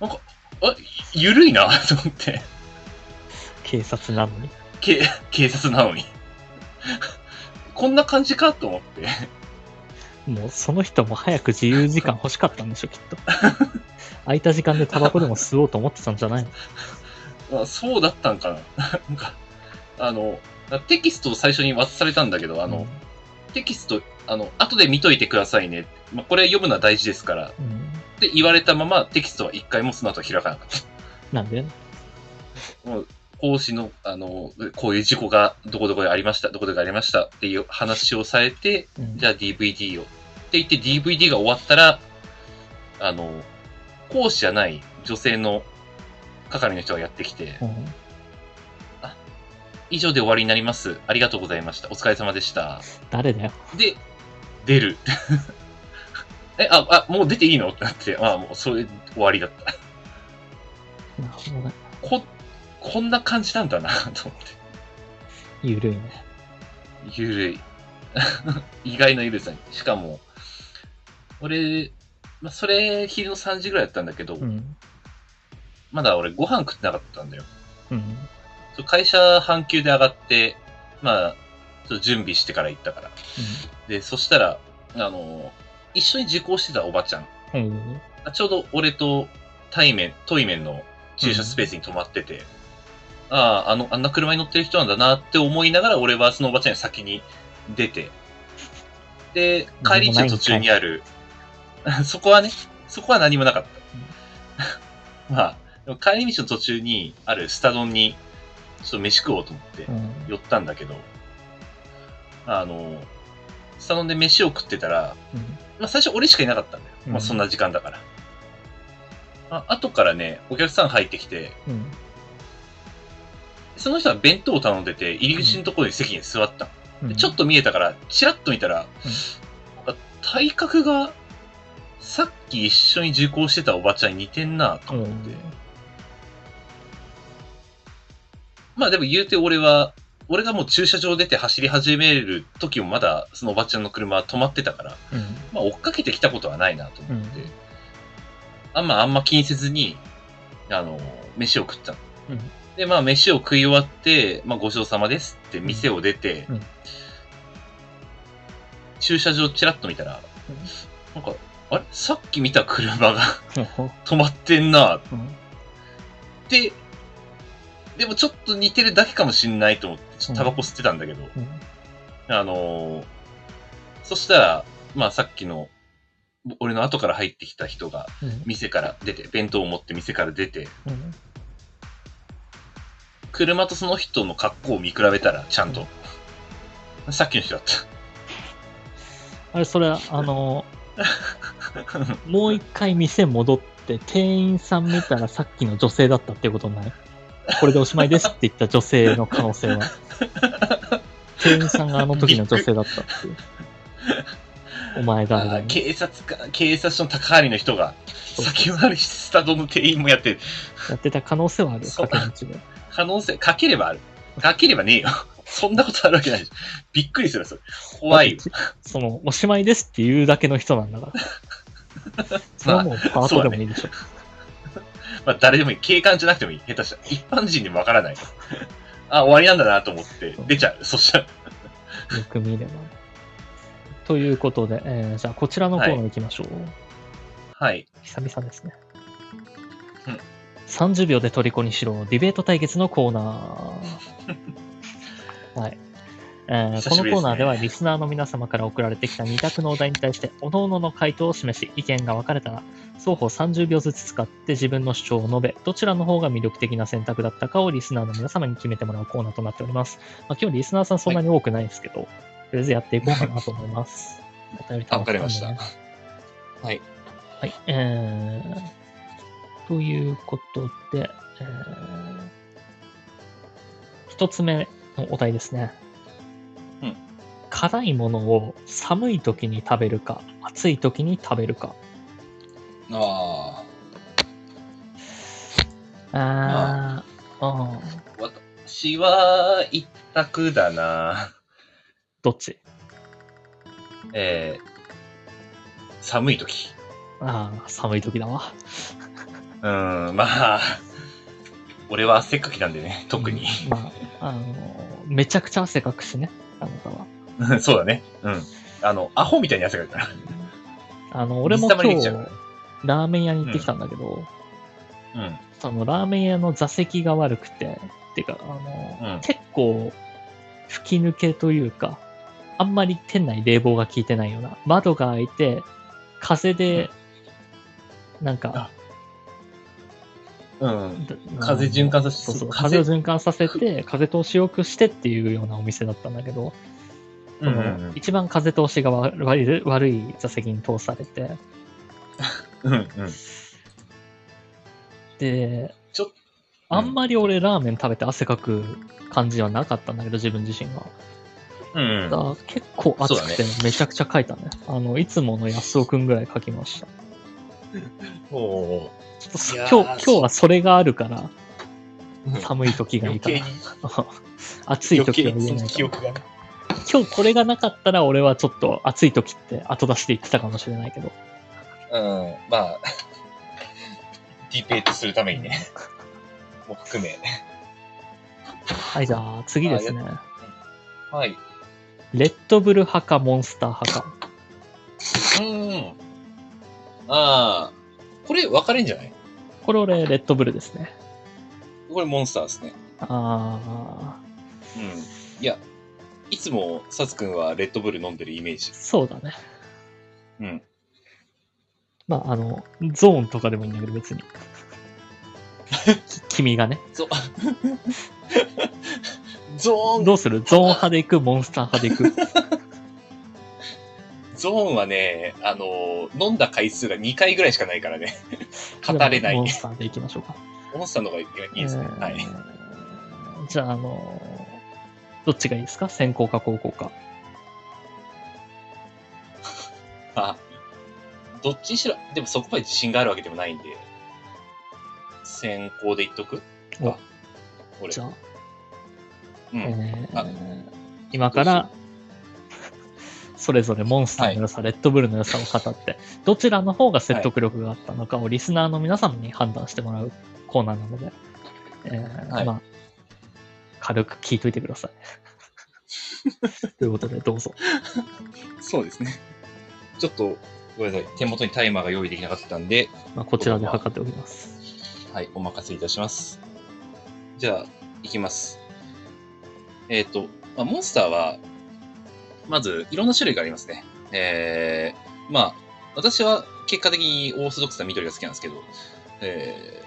Speaker 2: なんか、あ、ゆるいな と思って、
Speaker 1: 警察なのに。
Speaker 2: け警察なのに。 こんな感じかと思って。
Speaker 1: もうその人も早く自由時間欲しかったんでしょ、きっ と。空いた時間でタバコでも吸おうと思ってたんじゃないの
Speaker 2: まあ、そうだったんかな。 なんか、あの、テキストを最初に渡されたんだけど、あの、テキスト、あの、後で見といてくださいね。まあ、これ読むのは大事ですから。っ
Speaker 1: うん、うん
Speaker 2: て言われたまま、テキストは一回もその後開かなかっ
Speaker 1: なんでね
Speaker 2: た。もう、講師の、あの、こういう事故がどこどこでありました、どこどこでありましたっていう話をされて、
Speaker 1: うん
Speaker 2: じゃあ DVD を。って言って DVD が終わったら、あの、講師じゃない女性の係の人がやってきて、
Speaker 1: うん
Speaker 2: 以上で終わりになります。ありがとうございました。お疲れ様でした。
Speaker 1: 誰だよ。
Speaker 2: で、出る。 え、あ、あ、もう出ていいの ってなって、あ、もうそれで終わりだった。
Speaker 1: なるほどね。
Speaker 2: こ、こんな感じなんだな、 と思って。
Speaker 1: ゆるいね。
Speaker 2: ゆるい。 意外のゆるさに。しかも、俺、まあ、それ、昼の3時ぐらいだったんだけど、
Speaker 1: うん。
Speaker 2: まだ俺ご飯食ってなかったんだよ。
Speaker 1: うん。
Speaker 2: そう会社半休で上がって、まあ、ちょっと準備してから行ったから。で、そしたら、あの、一緒に受講してたおばちゃん。
Speaker 1: うん。うん。
Speaker 2: ちょうど俺と対面、対面の駐車スペースに止まってて、ああ、あの、あんな車に乗ってる人なんだなって思いながら、俺はそのおばちゃんに先に出て、で、帰り道の途中にある、 そこはね、そこは何もなかった。まあ、でも帰り道の途中にあるスタ丼に、ちょっと飯食おうと思って
Speaker 1: う、ん。
Speaker 2: 寄ったんだけど、あの、スタ丼で飯を食ってたら、
Speaker 1: うん
Speaker 2: まあ、最初俺しかいなかったんだよ。ま
Speaker 1: う
Speaker 2: あ、
Speaker 1: ん
Speaker 2: そんな時間だから。あ後からね、お客さん入ってきて、
Speaker 1: うん。
Speaker 2: その人は弁当を頼んでて、入り口のところに席に座ったの、
Speaker 1: うん
Speaker 2: でちょっと見えたから、チラッと見たら、なんか体格が、さっき一緒に受講してたおばちゃんに似てんなと思って。まあでも言うて俺は、俺がもう駐車場出て走り始める時もまだそのおばちゃんの車は止まってたから、
Speaker 1: うん。
Speaker 2: まあ、追っかけてきたことはないなと思って、
Speaker 1: うん
Speaker 2: あんまあんま気にせずに、あの、飯を食ったの。
Speaker 1: うん
Speaker 2: で、まあ、飯を食い終わって、まあ、ごちそうさまですって店を出て、
Speaker 1: うん
Speaker 2: 駐車場ちらっと見たら、
Speaker 1: うん
Speaker 2: なんか、あれさっき見た車が
Speaker 1: うん
Speaker 2: 止まってんなっ
Speaker 1: うん。
Speaker 2: て、でもちょっと似てるだけかもしんないと思って、ちょっとタバコ吸ってたんだけど、
Speaker 1: うん。
Speaker 2: あのーそしたら、まあさっきの、俺の後から入ってきた人が、
Speaker 1: うん
Speaker 2: 店から出て、弁当を持って店から出て、
Speaker 1: うん。
Speaker 2: 車とその人の格好を見比べたら、ちゃんと、さっきの人だっ
Speaker 1: あれ、それ、あの、
Speaker 2: た。
Speaker 1: もう一回店戻って、店員さん見たらさっきの女性だったっていうことになる。これでおしまいですって言った女性の可能 性は。店員さんがあの時の女性だったっていう。お前
Speaker 2: あ
Speaker 1: 誰だ
Speaker 2: ー
Speaker 1: よ
Speaker 2: 警察か、警察署の高張の人が、
Speaker 1: う
Speaker 2: 先回りしてスタドの店員もやってる、
Speaker 1: やってた可能性はあるよ、
Speaker 2: そう
Speaker 1: 駆け道で。
Speaker 2: 可能性、かければある。かければねえよ。そんなことあるわけないでしょ。びっくりするわそれ。怖いよ。
Speaker 1: だってその、おしまいですっていうだけの人なんだ から。それはもうパートでもいいでしょ。
Speaker 2: まあ、誰でもいい。警官じゃなくてもいい。下手したら。一般人でもわからない。あ、終わりなんだなと思って、出ちゃう。そしたら、
Speaker 1: よく見れば。ということで、えーじゃあこちらのコーナー行きましょう。
Speaker 2: はい。
Speaker 1: 久々ですね。
Speaker 2: うん
Speaker 1: 30秒で虜にしろ、ディベート対決のコーナ ー。はい。えー
Speaker 2: 久
Speaker 1: こ
Speaker 2: しぶ
Speaker 1: の
Speaker 2: りですね
Speaker 1: コーナーではリスナーの皆様から送られてきた2択のお題に対して、おののの回答を示し、意見が分かれたら、双方30秒ずつ使って自分の主張を述べ、どちらの方が魅力的な選択だったかをリスナーの皆様に決めてもらうコーナーとなっております。まあ、今日リスナーさんそんなに多くないですけど、とりあえずやっていこうかなと思います。お便り楽んでね
Speaker 2: わかりましたはい。
Speaker 1: はい、えー、ということで、えー、一つ目のお題ですね。辛いものを寒い時に食べるか、暑い時に食べるか。
Speaker 2: あ
Speaker 1: ああ、うん。
Speaker 2: あ、私は一択だな。
Speaker 1: どっち
Speaker 2: えー、寒い時。
Speaker 1: ああ、寒い時だわ。
Speaker 2: うん、まあ、俺は汗っかきなんでね、特に。
Speaker 1: うんまあ、あの、めちゃくちゃ汗かくしね、あなたは。
Speaker 2: そうだね。うん。あの、アホみたいに汗かくから。
Speaker 1: あの、俺も
Speaker 2: 水
Speaker 1: 今
Speaker 2: 溜まりでき
Speaker 1: 日
Speaker 2: ちゃう、
Speaker 1: ラーメン屋に行ってきたんだけど、
Speaker 2: うん。
Speaker 1: そのラーメン屋の座席が悪くて、っていうか、あの、
Speaker 2: うん
Speaker 1: 結構、吹き抜けというか、あんまり店内冷房が効いてないような、窓が開いて、風で、なんか、
Speaker 2: うん。
Speaker 1: だ
Speaker 2: 風循環させ
Speaker 1: そうそう、風
Speaker 2: 風
Speaker 1: を循環させて、風通しよくしてっていうようなお店だったんだけど、
Speaker 2: う
Speaker 1: その
Speaker 2: ん。
Speaker 1: 一番風通しが悪い悪い座席に通されて、
Speaker 2: うん。うん。
Speaker 1: で、
Speaker 2: ちょっ
Speaker 1: あんまり俺ラーメン食べて汗かく感じはなかったんだけど、自分自身が。
Speaker 2: うん。
Speaker 1: だから結構暑
Speaker 2: そう
Speaker 1: くて
Speaker 2: だ
Speaker 1: めちゃくちゃかいたね。あの、いつもの安尾くんぐらいかきました。
Speaker 2: おー
Speaker 1: ちょっとそ
Speaker 2: いや
Speaker 1: 今
Speaker 2: ー
Speaker 1: 日、今日はそれがあるから、
Speaker 2: うん
Speaker 1: 寒い時がいい
Speaker 2: 余
Speaker 1: か
Speaker 2: 計
Speaker 1: な
Speaker 2: に。、
Speaker 1: 暑い
Speaker 2: 余
Speaker 1: 時
Speaker 2: 計
Speaker 1: は
Speaker 2: に
Speaker 1: 言
Speaker 2: そ
Speaker 1: えない
Speaker 2: の
Speaker 1: か
Speaker 2: 記
Speaker 1: ら。
Speaker 2: 憶がね。
Speaker 1: 今日これがなかったら俺はちょっと暑い時って後出しで言ってたかもしれないけど。
Speaker 2: うん。まあ、 ディベートするためにね、 も含め。
Speaker 1: はい、じゃあ次ですね。
Speaker 2: はい。
Speaker 1: レッドブル派かモンスター派か。
Speaker 2: うん。ああ、これ分かれんじゃない
Speaker 1: これ俺、レッドブルですね。
Speaker 2: これモンスターですね。
Speaker 1: ああ、
Speaker 2: うん。いや、いつもサツくんはレッドブル飲んでるイメージ。
Speaker 1: そうだね。
Speaker 2: うん。
Speaker 1: まあ、あの、ゾーンとかでもいいんだけど、別に。 君がね。
Speaker 2: ゾ、 ゾー
Speaker 1: ど
Speaker 2: ン、
Speaker 1: うするゾーン派で行くモンスター派で行く
Speaker 2: ゾーンはね、あの、飲んだ回数が2回ぐらいしかないからね。語れない
Speaker 1: モン。スターで行きましょうか。
Speaker 2: モンスターの方がいいですね。
Speaker 1: えー
Speaker 2: はい。
Speaker 1: じゃあ、あのーどっちがいいですか先行か後攻か。
Speaker 2: あ、どっちにしろ、でもそこまで自信があるわけでもないんで、先行で言っとく
Speaker 1: お
Speaker 2: あ俺
Speaker 1: じ。ゃあ、
Speaker 2: う
Speaker 1: え
Speaker 2: ん。
Speaker 1: ー
Speaker 2: あ
Speaker 1: 今から、それぞれモンスターの良さ、レッドブルの良さを語って、どちらの方が説得力があったのかをリスナーの皆さんに判断してもらうコーナーなので、えー
Speaker 2: はい
Speaker 1: まあ、軽く聞いといてください。 ということで、どうぞ。
Speaker 2: そうですね。ちょっと、ごめんなさい。手元にタイマーが用意できなかったんで、
Speaker 1: まあ、こちらで測っておきます。
Speaker 2: はい、お任せいたします。じゃあ、いきます。えっ、と、まあ、モンスターは、まず、いろんな種類がありますね。えー、まあ、私は結果的にオーソドックスな緑が好きなんですけど、え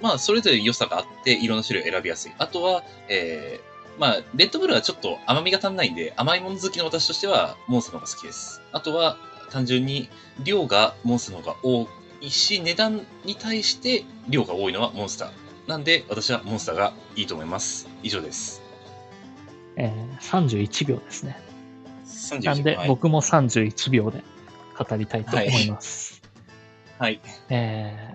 Speaker 2: ー、まあ、それぞれ良さがあって、いろんな種類を選びやすい。あとは、えー、まあ、レッドブルはちょっと甘みが足んないんで、甘いもの好きの私としては、モンスターの方が好きです。あとは、単純に、量がモンスターの方が多いし、値段に対して量が多いのはモンスター。なんで、私はモンスターがいいと思います。以上です。
Speaker 1: えー31秒ですね。
Speaker 2: 31
Speaker 1: なんで
Speaker 2: は、い
Speaker 1: 僕も31秒で語りたいと思います。
Speaker 2: はい。
Speaker 1: えー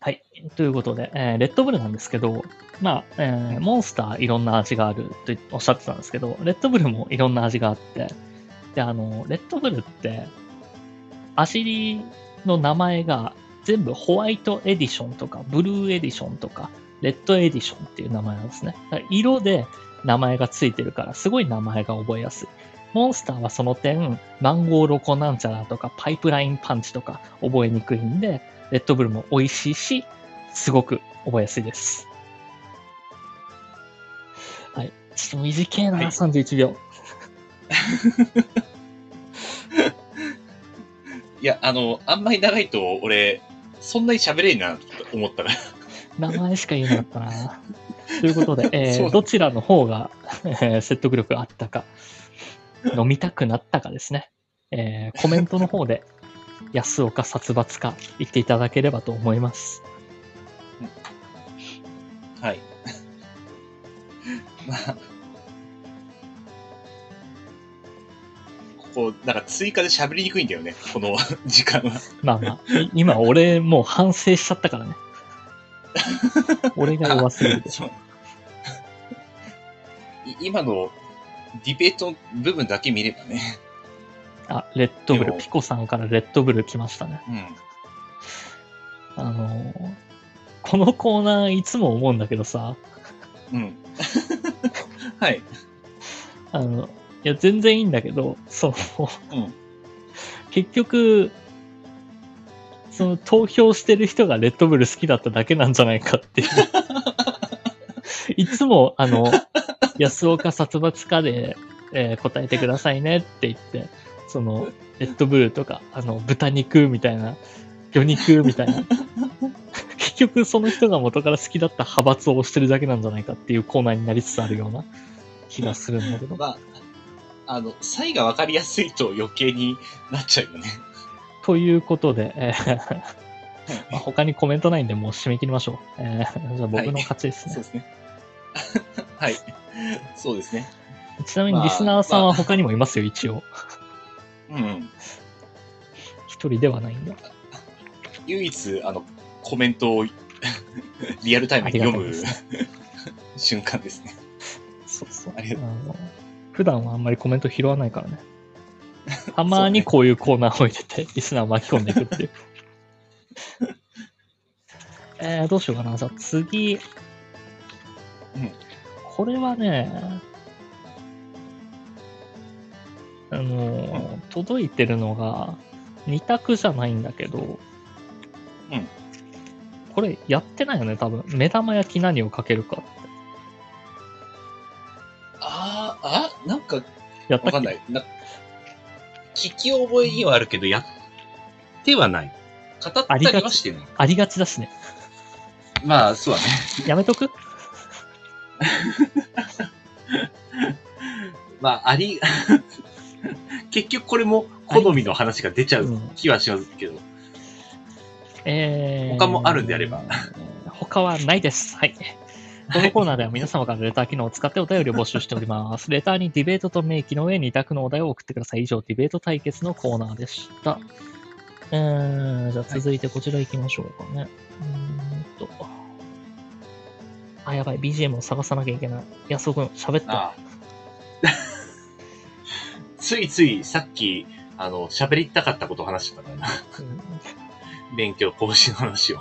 Speaker 1: はい。ということで、えーレッドブルなんですけど、まあ、えーモンスターいろんな味があるとおっしゃってたんですけど、レッドブルもいろんな味があって、で、あの、レッドブルって、走りの名前が全部ホワイトエディションとか、ブルーエディションとか、レッドエディションっていう名前なんですね。だから色で名前がついてるから、すごい名前が覚えやすい。モンスターはその点、マンゴーロコなんちゃらとか、パイプラインパンチとか覚えにくいんで、レッドブルも美味しいし、すごく覚えやすいです。はい。ちょっと短いな、
Speaker 2: はい
Speaker 1: 31秒。
Speaker 2: いや、あの、あんまり長いと、俺、そんなに喋れんなと思ったら、
Speaker 1: 名前しか言えなかったな。ということで、えー
Speaker 2: そうだ
Speaker 1: どちらの方が、えー説得力があったか、飲みたくなったかですね。えーコメントの方で、安岡殺伐か言っていただければと思います。
Speaker 2: はい。まあ、
Speaker 3: こう、なんか追加で喋りにくいんだよね、こ の時間は。
Speaker 1: まあまあ、い今俺もう反省しちゃったからね。俺が弱すぎるで。
Speaker 3: そうい今のディベートの部分だけ見ればね。
Speaker 1: あ、レッドブ
Speaker 3: で
Speaker 1: ル、
Speaker 3: も
Speaker 1: ピコさんからレッドブル来ましたね。
Speaker 3: うん。
Speaker 1: あのーこのコーナーいつも思うんだけどさ、
Speaker 3: うん。 はい。
Speaker 1: あの、いや、全然いいんだけど、その、
Speaker 3: うん
Speaker 1: 結局、その投票してる人がレッドブル好きだっただけなんじゃないかっていう。いつも、あの、安岡殺伐かで、えー答えてくださいねって言って、その、レッドブルとか、あの、豚肉みたいな、魚肉みたいな。結局、その人が元から好きだった派閥を押してるだけなんじゃないかっていうコーナーになりつつあるような気がするんだけど。
Speaker 3: まあ、あの、差異が分かりやすいと余計になっちゃうよね。
Speaker 1: ということで、えーまあ他にコメントないんで、もう締め切りましょう。えーじゃあ僕の勝ちで す
Speaker 3: そう
Speaker 1: ね。
Speaker 3: ですね。 はい。そうですね。
Speaker 1: ちなみにリスナーさんは他にもいますよ、一応。
Speaker 3: うん。
Speaker 1: 一人ではないんだ。
Speaker 3: 唯一、あの、コメントを リアルタイムに読む瞬間ですね。
Speaker 1: そうそう。
Speaker 3: ありがと
Speaker 1: あの普段はあんまりコメント拾わない からね。たまにこういうコーナーを置いてて、リスナーを巻き込んでいくっていう。えー、どうしようかな。じゃあ次。これはね、あの、届いてるのが、二択じゃないんだけど、
Speaker 3: うん
Speaker 1: これやってないよね、多分。目玉焼き何をかけるかって。
Speaker 3: ああ、あなんか、
Speaker 1: や
Speaker 3: わ
Speaker 1: ったっけ
Speaker 3: かん ない。な
Speaker 2: 聞き覚えにはあるけど、やってはない。語ったりはしてない。
Speaker 1: ありがちだしね。
Speaker 2: まあ、そうだね。
Speaker 1: やめとく
Speaker 2: まあ、あり、 結局これも好みの話が出ちゃう気はしますけど。
Speaker 1: えー、
Speaker 2: 他もあるんであれば。
Speaker 1: 他はないです。はい。このコーナーでは皆様からレター機能を使ってお便りを募集しております。レターにディベートと名機の上に択のお題を送ってください。以上、ディベート対決のコーナーでした。えー、じゃあ続いてこちら行きましょうかね。うーんと。あ、やばい。BGM を探さなきゃいけない。安尾くん、喋って。
Speaker 2: ああ ついついさっき、あの、喋りたかったことを話してたからな。
Speaker 1: うん
Speaker 2: 勉強講師の話を。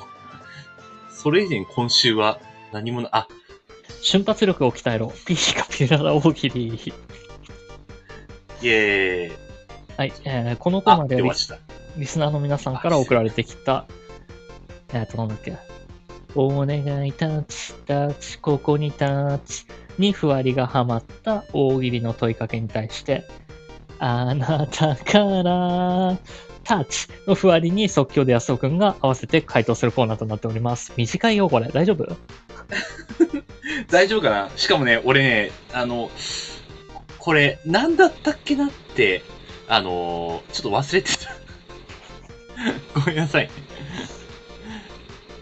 Speaker 2: それ以前今週は何もな、あ、
Speaker 1: 瞬発力を鍛えろ。ピーカピララ大喜利。
Speaker 2: イエーイ。
Speaker 1: はい。えー、このコーナ
Speaker 2: あ、
Speaker 1: ー
Speaker 2: で
Speaker 1: では
Speaker 2: 終わっちゃっ
Speaker 1: リスナーの皆さんから送られてきた、えっと、なんだっけ。お願いタッチ、タッチ、ここにタッチにふわりがはまった大喜利の問いかけに対して、あなたからタッチのふわりに即興で安尾くんが合わせて回答するコーナーとなっております。短いよ、これ。大丈夫
Speaker 2: た。大丈夫かなしかもね、俺ね、あの、これ、何だったっけなって、あのーちょっと忘れてた。 ごめんなさい。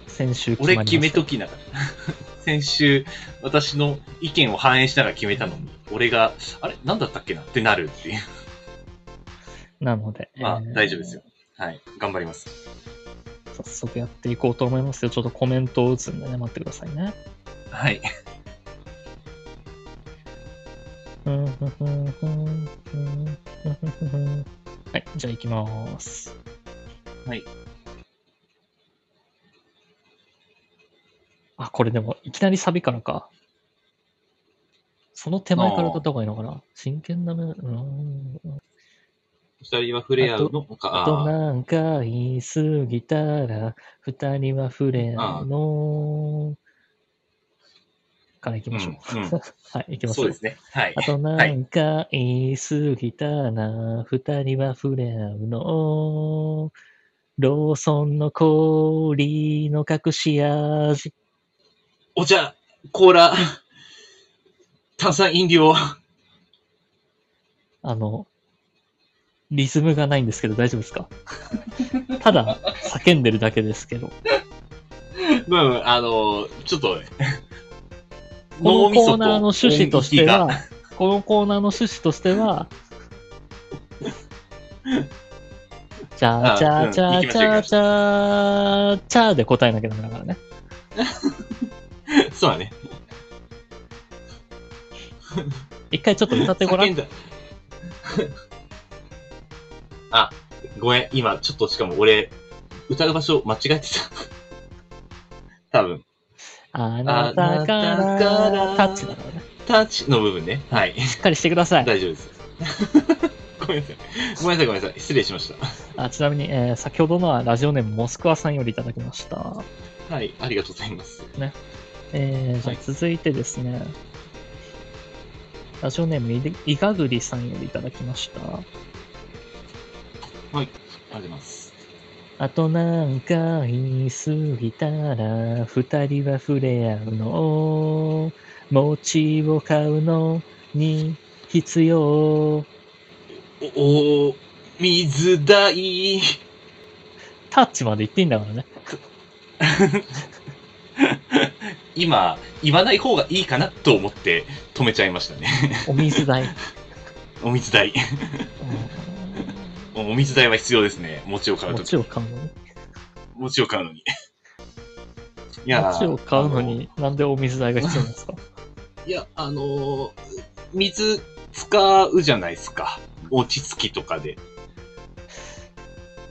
Speaker 1: 先週決
Speaker 2: 俺
Speaker 1: まり
Speaker 2: 決
Speaker 1: ま
Speaker 2: め
Speaker 1: した。
Speaker 2: ときながら。 先週、私の意見を反映しながら決めたのに、俺が、あれ何だったっけなってなるっていう。
Speaker 1: なので、
Speaker 2: まあ、
Speaker 1: えー
Speaker 2: 大丈夫ですよ。はい。頑張ります。
Speaker 1: 早速やっていこうと思いますよ。ちょっとコメントを打つんでね、待ってくださいね。
Speaker 2: はい。
Speaker 1: はい、じゃあ行きます。
Speaker 2: はい。
Speaker 1: あ、これでも、いきなりサビからか。その手前から歌った方がいいのかな真剣だね。うん。
Speaker 2: 二人は触れ合うのか。
Speaker 1: あ
Speaker 2: あ
Speaker 1: と
Speaker 2: ー
Speaker 1: 何回過ぎたら、二人は触れ合うの。 から行きましょう。
Speaker 2: うんうん
Speaker 1: はい、行きましょ
Speaker 2: そう
Speaker 1: う
Speaker 2: で。すね。はい
Speaker 1: あ。と何回過ぎたな、二人は触れ合うの。ローソンの氷の隠し味。
Speaker 2: お茶、コーラ、炭酸飲料。
Speaker 1: あの、リズムがないんですけど大丈夫です かただ叫んでるだけですけど。
Speaker 2: まあまあ、あのーちょ っとね、
Speaker 1: このコーナーの
Speaker 2: 脳みそ
Speaker 1: 趣旨として
Speaker 2: 音域が
Speaker 1: は、このコーナーの趣旨としては、チャーチャーチャーチャーチャーチャーで答えなきゃダメだからね。
Speaker 2: そうだね。
Speaker 1: 一回ちょっと歌ってご ら
Speaker 2: 叫
Speaker 1: ん。
Speaker 2: だ あ、ごめん、今、ちょっとしかも俺、歌う場所間違えてた。 多分。
Speaker 1: あなたか
Speaker 2: あなたからら
Speaker 1: タッチだからね。
Speaker 2: タッチの部分ね。 はい。
Speaker 1: しっかりしてください。
Speaker 2: 大丈夫です。 ごめんなさい。ごめんなさい、ごめんなさい。失礼しました。
Speaker 1: あちなみに、えー先ほどのはラジオネームモスクワさんよりいただきました。
Speaker 2: はい、ありがとうございます。
Speaker 1: えーじゃあ
Speaker 2: はい
Speaker 1: 続いてですね、ラジオネームいでいがぐりさんよりいただきました。
Speaker 2: ありがとうございます。
Speaker 1: あと何回過ぎたら二人は触れ合うの餅を買うのに必要
Speaker 2: お、お、水代。
Speaker 1: タッチまで言っていいんだからね。
Speaker 2: 今、言わない方がいいかなと思って止めちゃいましたね。
Speaker 1: お水代。
Speaker 2: お水代。 お水代は必要ですね。餅を買うとき。
Speaker 1: 餅を買うのに。
Speaker 2: 餅を買うのに。いー
Speaker 1: 餅を買うの。になんでお水代が必要なん ですか
Speaker 2: あのいや、あのー水使うじゃないですか。落ち着きとかで。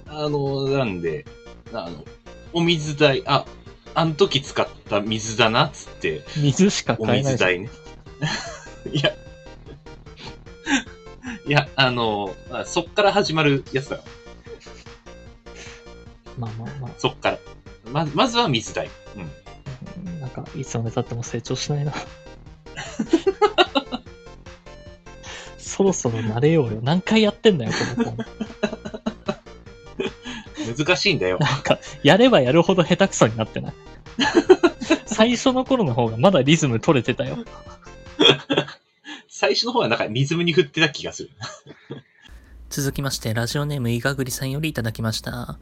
Speaker 2: あのーなんで、あの、お水代、あ、あの時使った水だな、つって、
Speaker 1: 水しか
Speaker 2: お
Speaker 1: 買えない
Speaker 2: 水
Speaker 1: じゃん。
Speaker 2: 代ね。 いや、いや、あのーあそっから始まるやつだ。
Speaker 1: まあまあまあ。
Speaker 2: そっから。ま、まずは水代。うん。
Speaker 1: なんか、いつまで経っても成長し ないな。そろそろ慣れようよ。何回やってんだよ、こ の子。
Speaker 2: 難しいん だよ。
Speaker 1: なんか、やればやるほど下手くそになって ない。最初の頃の方がまだリズム取れてたよ。
Speaker 2: 最初の方はなんかリズムに振ってた気がする。
Speaker 1: 続きまして、ラジオネームいがぐりさんよりいただきました。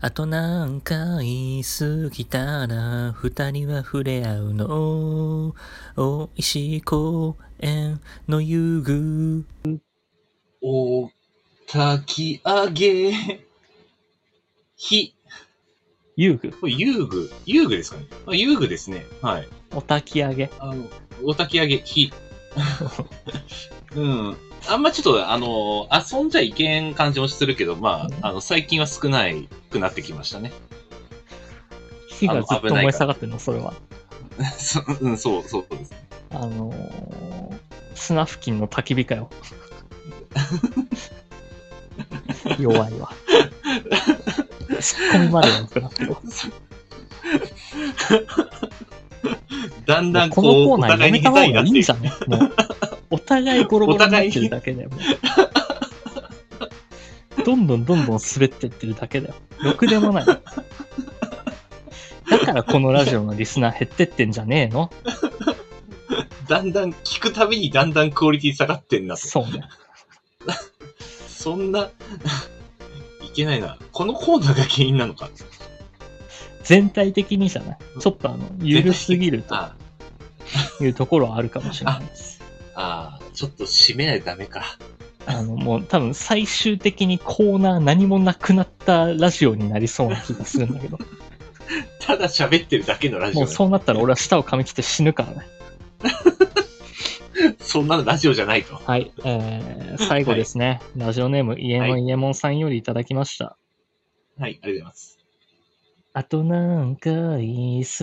Speaker 1: あと何回過ぎたら二人は触れ合うの。おいしい公園の遊具。
Speaker 2: お、炊き上げ、火。
Speaker 1: 遊具
Speaker 2: これ遊具遊具ですかねあ遊具ですね。はい。
Speaker 1: お焚き上げ。
Speaker 2: あの、お炊き上げ、 火。うん。あんまちょっと、あの、遊んじゃいけん感じもするけど、まあ、あの、最近は少ないくなってきまし たね。
Speaker 1: 火がずっと燃え下がってるの、それは。
Speaker 2: そうん、そう、そうですね。
Speaker 1: あのー、砂付近の焚き火かよ。弱いわ。ツッコミまでなくなってるわ。
Speaker 2: だんだん
Speaker 1: こ
Speaker 2: こ
Speaker 1: の
Speaker 2: う、
Speaker 1: コー
Speaker 2: お
Speaker 1: ナー
Speaker 2: 互
Speaker 1: やめた方が
Speaker 2: いに下手
Speaker 1: いいん
Speaker 2: になってい
Speaker 1: じゃねもう、お互いゴロゴロになってるだけだよ。もうどんどんどんどん滑ってってるだけだよ。ろくでもない。だからこのラジオのリスナー減ってってんじゃねえの
Speaker 2: だんだん聞くたびにだんだんクオリティ下がってんなと。
Speaker 1: そうね。
Speaker 2: そんな、 いけないな。このコーナーが原因なのか。
Speaker 1: 全体的にじゃない。ちょっとあの、ゆるすぎると
Speaker 2: あ
Speaker 1: いうところはあるかもしれないです。
Speaker 2: あ、ちょっと締めないとダメか。
Speaker 1: あの、もう多分最終的にコーナー何もなくなったラジオになりそうな気がするんだけど、
Speaker 2: ただ喋ってるだけのラジオ
Speaker 1: もう
Speaker 2: だ。そ
Speaker 1: そうなったら俺は舌を噛み切って死ぬからね。
Speaker 2: んなラジオじゃないと。
Speaker 1: はい、えー、最後ですね。ラジオネーム、家の
Speaker 2: は
Speaker 1: 家門さんよりいただきました。
Speaker 2: はい、ありがとうございます。
Speaker 1: あと何回過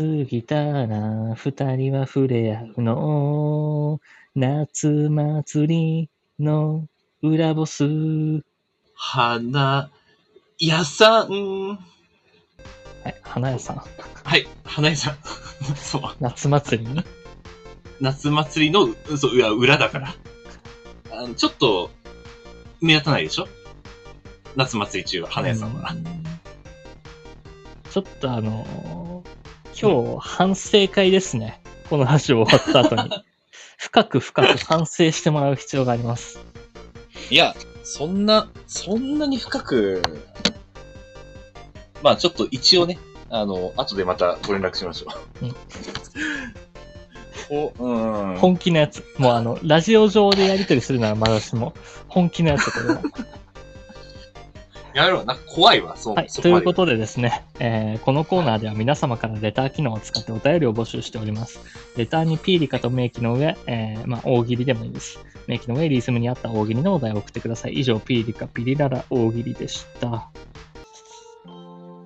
Speaker 1: ぎたら二人は触れ合うの。夏祭りの裏ボス。
Speaker 2: 花屋さん。
Speaker 1: はい、花屋さん。
Speaker 2: はい、花屋さん。 そう、
Speaker 1: 夏祭りに
Speaker 2: 夏祭りの、そう、裏裏だから。あのちょっと、目立たないでしょ夏祭り中は、花屋さんは。
Speaker 1: ちょっとあのー今日反省会ですね。この話を終わった後に。深く深く反省してもらう必要があります。
Speaker 2: いや、そんな、そんなに深く、まあちょっと一応ね、あの、後でまたご連絡しましょ
Speaker 1: うん
Speaker 2: う。お、うん。
Speaker 1: 本気のやつ。 もうあの、ラジオ上でやりとりするならまだしも、本気のやつだと思う
Speaker 2: やめろ、なんか怖いわ、そう。
Speaker 1: はい、
Speaker 2: そ
Speaker 1: という
Speaker 2: まで
Speaker 1: ことでですね、えーこのコーナーでは皆様からレター機能を使ってお便りを募集しております。レターにピーリカと名記の上、えーまあ、大喜利でもいいです。名記の上、リズムに合った大喜利のお題を送ってください。以上、ピーリカ、ピリララ大喜利でした。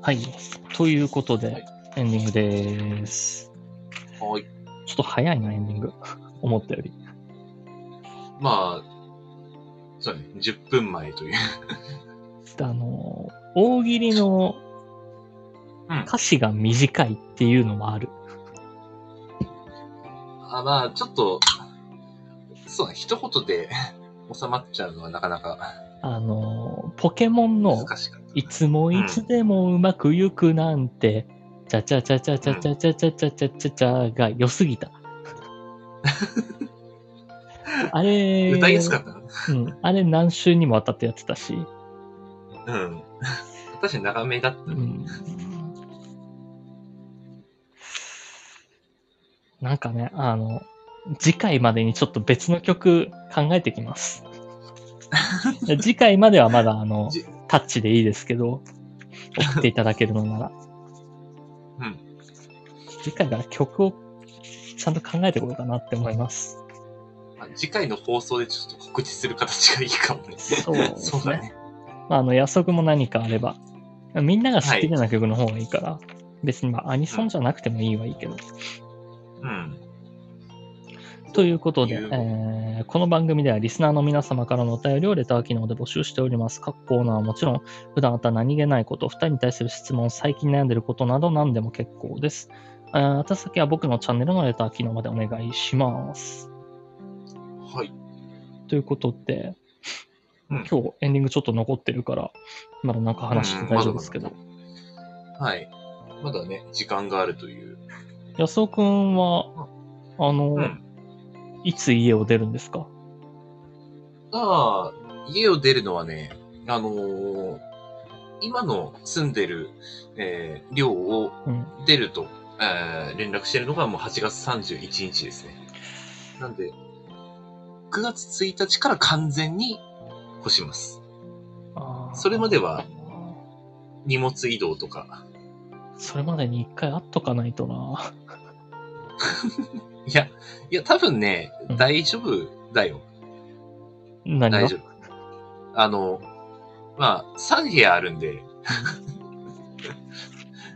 Speaker 1: はい、ということで、エンディングです。
Speaker 2: はい。
Speaker 1: ちょっと早いな、エンディング。思ったより。
Speaker 2: まあ、そうね、10分前という。
Speaker 1: あのー、大喜利の
Speaker 2: うん
Speaker 1: 歌詞が短いっていうのもある。
Speaker 2: あまあ、ちょっと、そうね、一言で 収まっちゃうのはなかなか
Speaker 1: あの、ポケモンの
Speaker 2: 難、しかった。
Speaker 1: いつもいつでもうまくゆくなんて、ちゃちゃちゃちゃちゃちゃちゃちゃちゃちゃちゃちゃが良すぎた。あれ、
Speaker 2: 歌いやすかったな。
Speaker 1: うん、あれ何週にもわたってやってたし、
Speaker 2: うん。確かに長めだった
Speaker 1: う
Speaker 2: ね。
Speaker 1: ん。なんかね、あの、次回までにちょっと別の曲考えてきます。次回まではまだあの、
Speaker 2: じ
Speaker 1: タッチでいいですけど、送っていただけるのなら。
Speaker 2: うん。
Speaker 1: 次回から曲をちゃんと考えていこうかなって思います。
Speaker 2: まあ次回の放送でちょっと告知する形がいいかもね。
Speaker 1: そうですね
Speaker 2: そうだね。
Speaker 1: まあ、あの、約束も何かあれば。みんなが好きな曲の方がいいから、別にまあ、アニソンじゃなくてもいいはいいけど。
Speaker 2: うん。
Speaker 1: ということで、え
Speaker 2: という
Speaker 1: ーこの番組ではリスナーの皆様からのお便りをレター機能で募集しております。各コーナーはもちろん、普段あった何気ないこと、2人に対する質問、最近悩んでることなど何でも結構です。あ宛先は僕のチャンネルのレター機能までお願いします。
Speaker 2: はい。
Speaker 1: ということで、
Speaker 2: うん
Speaker 1: 今日エンディングちょっと残ってるから、まだなんか話して大丈夫ですけど
Speaker 2: う。はい。まだね、時間があるという。
Speaker 1: 安尾くんは、あの、
Speaker 2: うん。
Speaker 1: いつ家を出るんですか
Speaker 2: ああ、家を出るのはね、あのー今の住んでる、えー寮を
Speaker 1: うん。
Speaker 2: 出ると、えー連絡してるのがもう8月31日ですね。なんで、9月1日から完全に干します。
Speaker 1: あー
Speaker 2: それまでは荷物移動とか。
Speaker 1: それまでに一回会っとかないとな。
Speaker 2: いや、いや、多分ね
Speaker 1: う、ん
Speaker 2: 大丈夫だよ。
Speaker 1: 何が
Speaker 2: 大丈夫。あの、まあ、3部屋あるんで、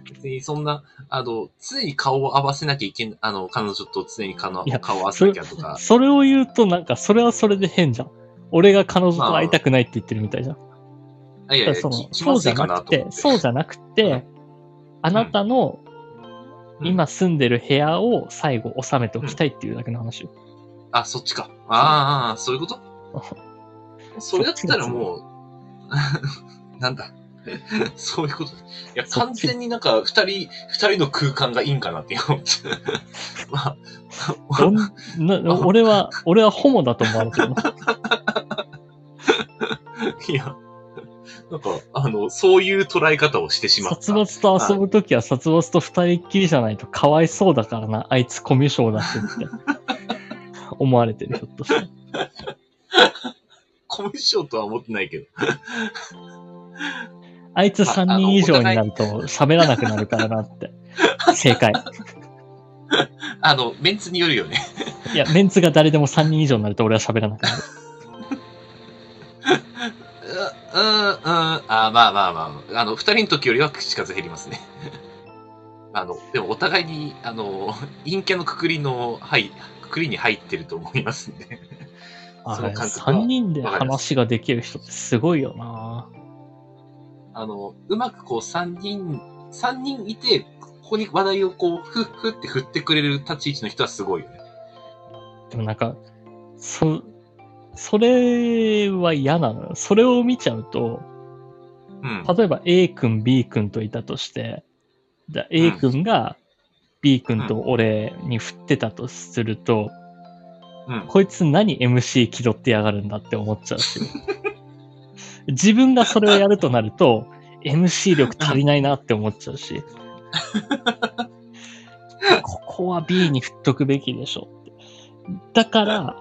Speaker 2: 別にそんな、あの、常に顔を合わせなきゃいけん、あの、彼女と常に顔の
Speaker 1: いや
Speaker 2: 顔を合わせなきゃとか、
Speaker 1: それを言うとなんかそれはそれで変じゃん。俺が彼女と会いたくないって言ってるみたいじゃん。
Speaker 2: あいやいや、
Speaker 1: その
Speaker 2: き気
Speaker 1: そ
Speaker 2: ま
Speaker 1: う
Speaker 2: ず
Speaker 1: じ
Speaker 2: い
Speaker 1: ゃ
Speaker 2: か
Speaker 1: な
Speaker 2: な
Speaker 1: く
Speaker 2: と
Speaker 1: て
Speaker 2: 思っ、て。
Speaker 1: そうじゃなくて、
Speaker 2: うん
Speaker 1: あなたの
Speaker 2: うん
Speaker 1: 今住んでる部屋を最後収めておきたいっていうだけの話。
Speaker 2: あ、そっちか。ああ、そういうことそれだったらもう、 なんだ。そういうこと。いや、
Speaker 1: そっ
Speaker 2: 完
Speaker 1: ち
Speaker 2: 全になんか、二人、二人の空間がいいんかなって思っちゃう。 ま
Speaker 1: どん
Speaker 2: あ、
Speaker 1: な俺は、俺はホモだと思われて るの。
Speaker 2: いや、なんか、あの、そういう捉え方をしてしまった。
Speaker 1: 殺伐と遊ぶときは殺伐と二人っきりじゃないとかわいそうだからな、あいつコミュ障だしって。思われてる、ひょっとして。
Speaker 2: コミュ障とは思ってないけど。
Speaker 1: あいつ3
Speaker 2: ああの
Speaker 1: 人以上
Speaker 2: お
Speaker 1: に
Speaker 2: 互い
Speaker 1: なると喋らなくなるからなって。 正解。
Speaker 2: あの、メンツによるよね。
Speaker 1: いや、メンツが誰でも3人以上になると俺は喋らなくなる。
Speaker 2: う、 うん、うん、あまあまあまあ、あの、二人の時よりは口数減りますね。 あの、でもお互いに、あの、陰キャのくくりの、はい、くくりに入ってると思いますんで。
Speaker 1: あ
Speaker 2: そ
Speaker 1: れ、
Speaker 2: の感覚は
Speaker 1: 3人で
Speaker 2: わかりま
Speaker 1: 話ができる人ってすごいよな
Speaker 2: あの、うまくこう三人、三人いて、ここに話題をこう、ふっふって振ってくれる立ち位置の人はすごいよね。
Speaker 1: でもなんか、そ、それは嫌なのよ。それを見ちゃうと、
Speaker 2: うん。
Speaker 1: 例えば A 君 B 君といたとしてじゃあ A 君が B 君と俺に振ってたとすると、
Speaker 2: うん。
Speaker 1: こいつ何 MC 気取ってやがるんだって思っちゃうし自分がそれをやるとなると MC 力足りないなって思っちゃうしここは B に振っとくべきでしょってだから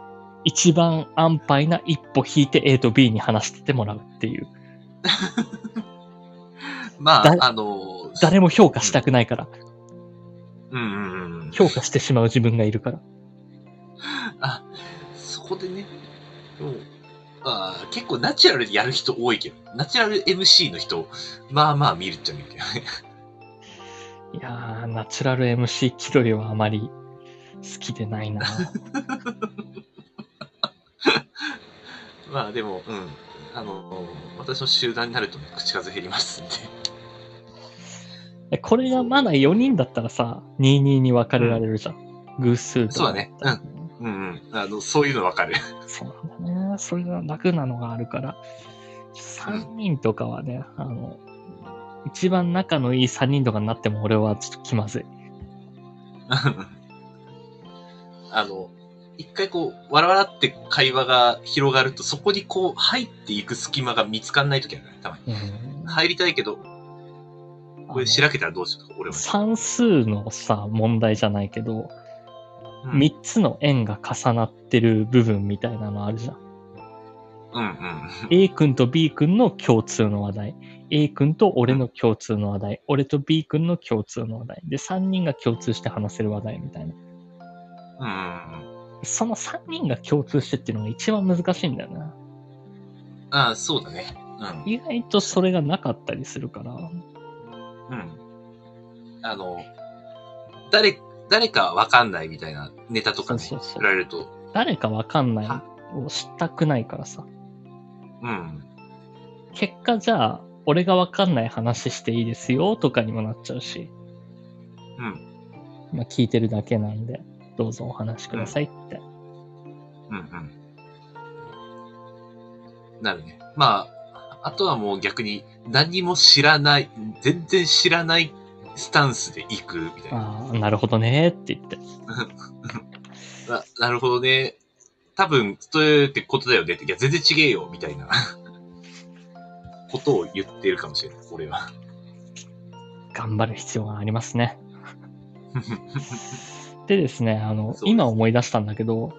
Speaker 1: 一番安牌な一歩引いて A と B に話しててもらうっていう
Speaker 2: ま
Speaker 1: だ
Speaker 2: あ、あの、
Speaker 1: 誰も評価したくないから。
Speaker 2: うんうんうん。
Speaker 1: 評価してしまう自分がいるから。
Speaker 2: あ、そこでね、でもあー結構ナチュラルでやる人多いけど、ナチュラル MC の人、まあまあ見るっちゃ見るけどね。
Speaker 1: いやー、ナチュラル MC 気取りはあまり好きでないな。
Speaker 2: まあでも、うん。あの、私の集団になるとね、口数減りますんで。
Speaker 1: えこれがまだ4人だったらさ、22に分かれられるじゃん。偶数と。
Speaker 2: そうだね。うん。うんうん。あの、そういうのわか る。
Speaker 1: そうなんだね。それが楽なのがあるから、3人とかはね、あの、一番仲のいい3人とかになっても俺はちょっと気まずい。
Speaker 2: あの、一回こう、わらわらって会話が広がると、そこにこう、入っていく隙間が見つかんないときあるね、たまに。
Speaker 1: うん
Speaker 2: 入りたいけど、これしらけたらどうしようとか、俺は。
Speaker 1: 算数のさ、問題じゃないけど、
Speaker 2: うん
Speaker 1: 3つの円が重なってる部分みたいなのあるじゃん。
Speaker 2: うんうん。
Speaker 1: A 君と B 君の共通の話題。A 君と俺の共通の話題。俺と B 君の共通の話題。で、3人が共通して話せる話題みたいな。
Speaker 2: うんうんうん。
Speaker 1: その3人が共通してっていうのが一番難しいんだよな。
Speaker 2: ああ、そうだね。うん。
Speaker 1: 意外とそれがなかったりするから。
Speaker 2: うん。あの、誰、誰かわかんないみたいなネタとかね、
Speaker 1: そうそうそう
Speaker 2: 振られると、
Speaker 1: 誰かわかんない
Speaker 2: は
Speaker 1: を知ったくないからさ。
Speaker 2: うん。
Speaker 1: 結果じゃあ、俺がわかんない話していいですよとかにもなっちゃうし。
Speaker 2: うん。
Speaker 1: まあ聞いてるだけなんで、どうぞお話しくださいって。
Speaker 2: うんうん。なるね。まあ、あとはもう逆に何も知らない、全然知らないスタンスで行くみたいな。
Speaker 1: ああ、なるほどねって言って。
Speaker 2: ななるほどね。多分、そういうってことだよねって。いや、全然違えよ、みた いなことを言ってるかもしれない、俺は。
Speaker 1: 頑張る必要があります ね。でですね、あの、
Speaker 2: そうです
Speaker 1: 今思い出したんだけど、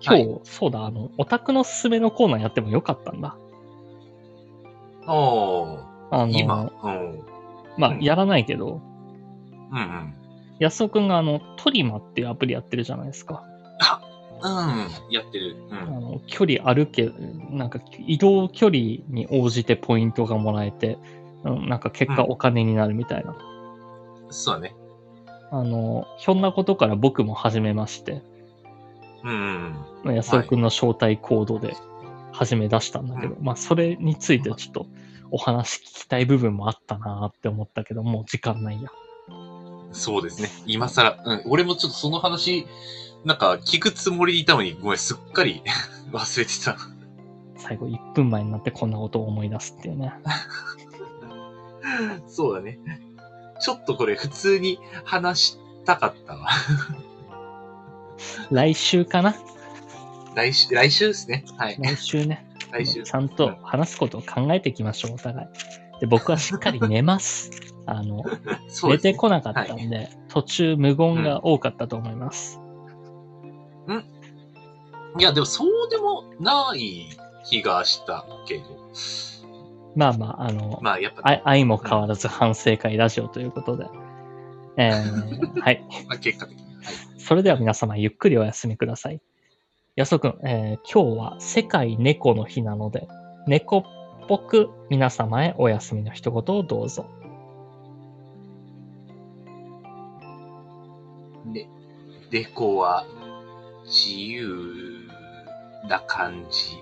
Speaker 1: 今日、そうだ、あの、オタクのすすめのコーナーやってもよかったんだ。
Speaker 2: おー、
Speaker 1: あの、
Speaker 2: 今、うん。
Speaker 1: まあ
Speaker 2: う、ん
Speaker 1: やらないけど、
Speaker 2: うんうん。
Speaker 1: 安尾くんがあの、トリマっていうアプリやってるじゃないですか。
Speaker 2: うん、やってる。う
Speaker 1: あ
Speaker 2: ん。
Speaker 1: の、距離歩け、なんか移動距離に応じてポイントがもらえて、うんなんか結果
Speaker 2: うん
Speaker 1: お金になるみたいな。
Speaker 2: そうだね。
Speaker 1: あの、ひょんなことから僕も始めまして、
Speaker 2: うんうん
Speaker 1: まあ安尾くんの招待コードで始め出したんだけど、まあそれについてちょっとお話聞きたい部分もあったなーって思ったけど、もう時間ないや。
Speaker 2: うん。そうですね。今更、うん。俺もちょっとその話、なんか聞くつもりでいたのに、ごめん、すっかり 忘れてた。
Speaker 1: 最後1分前になってこんなことを思い出すっていう ね。
Speaker 2: そうだね。ちょっとこれ普通に話したかったわ。
Speaker 1: 来週かな
Speaker 2: 来週、来週ですね。はい。
Speaker 1: 来週ね。
Speaker 2: 来週。
Speaker 1: ちゃんと話すことを考えていきましょう、お互い。で、僕はしっかり寝 ます。あの、
Speaker 2: そう
Speaker 1: 寝
Speaker 2: ですね
Speaker 1: てこなかったんで、途中無言が多かったと思います。
Speaker 2: いや、でもそうでもない気がしたけど。
Speaker 1: まあまあ、あの、
Speaker 2: まあ、やっぱ、
Speaker 1: あ愛も変わらず反省会ラジオということで。え ーはい。
Speaker 2: まあ結果的に。はい
Speaker 1: それでは皆様、ゆっくりお休みください。やそくん、えー今日は世界猫の日なので、猫っぽく皆様へお休みの一言をどうぞ。
Speaker 2: ね、猫は自由な感じ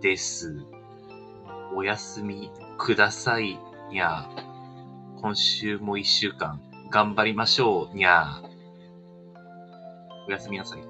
Speaker 2: です。おやすみくださいにゃー。今週も一週間頑張りましょうにゃー。おやすみなさい。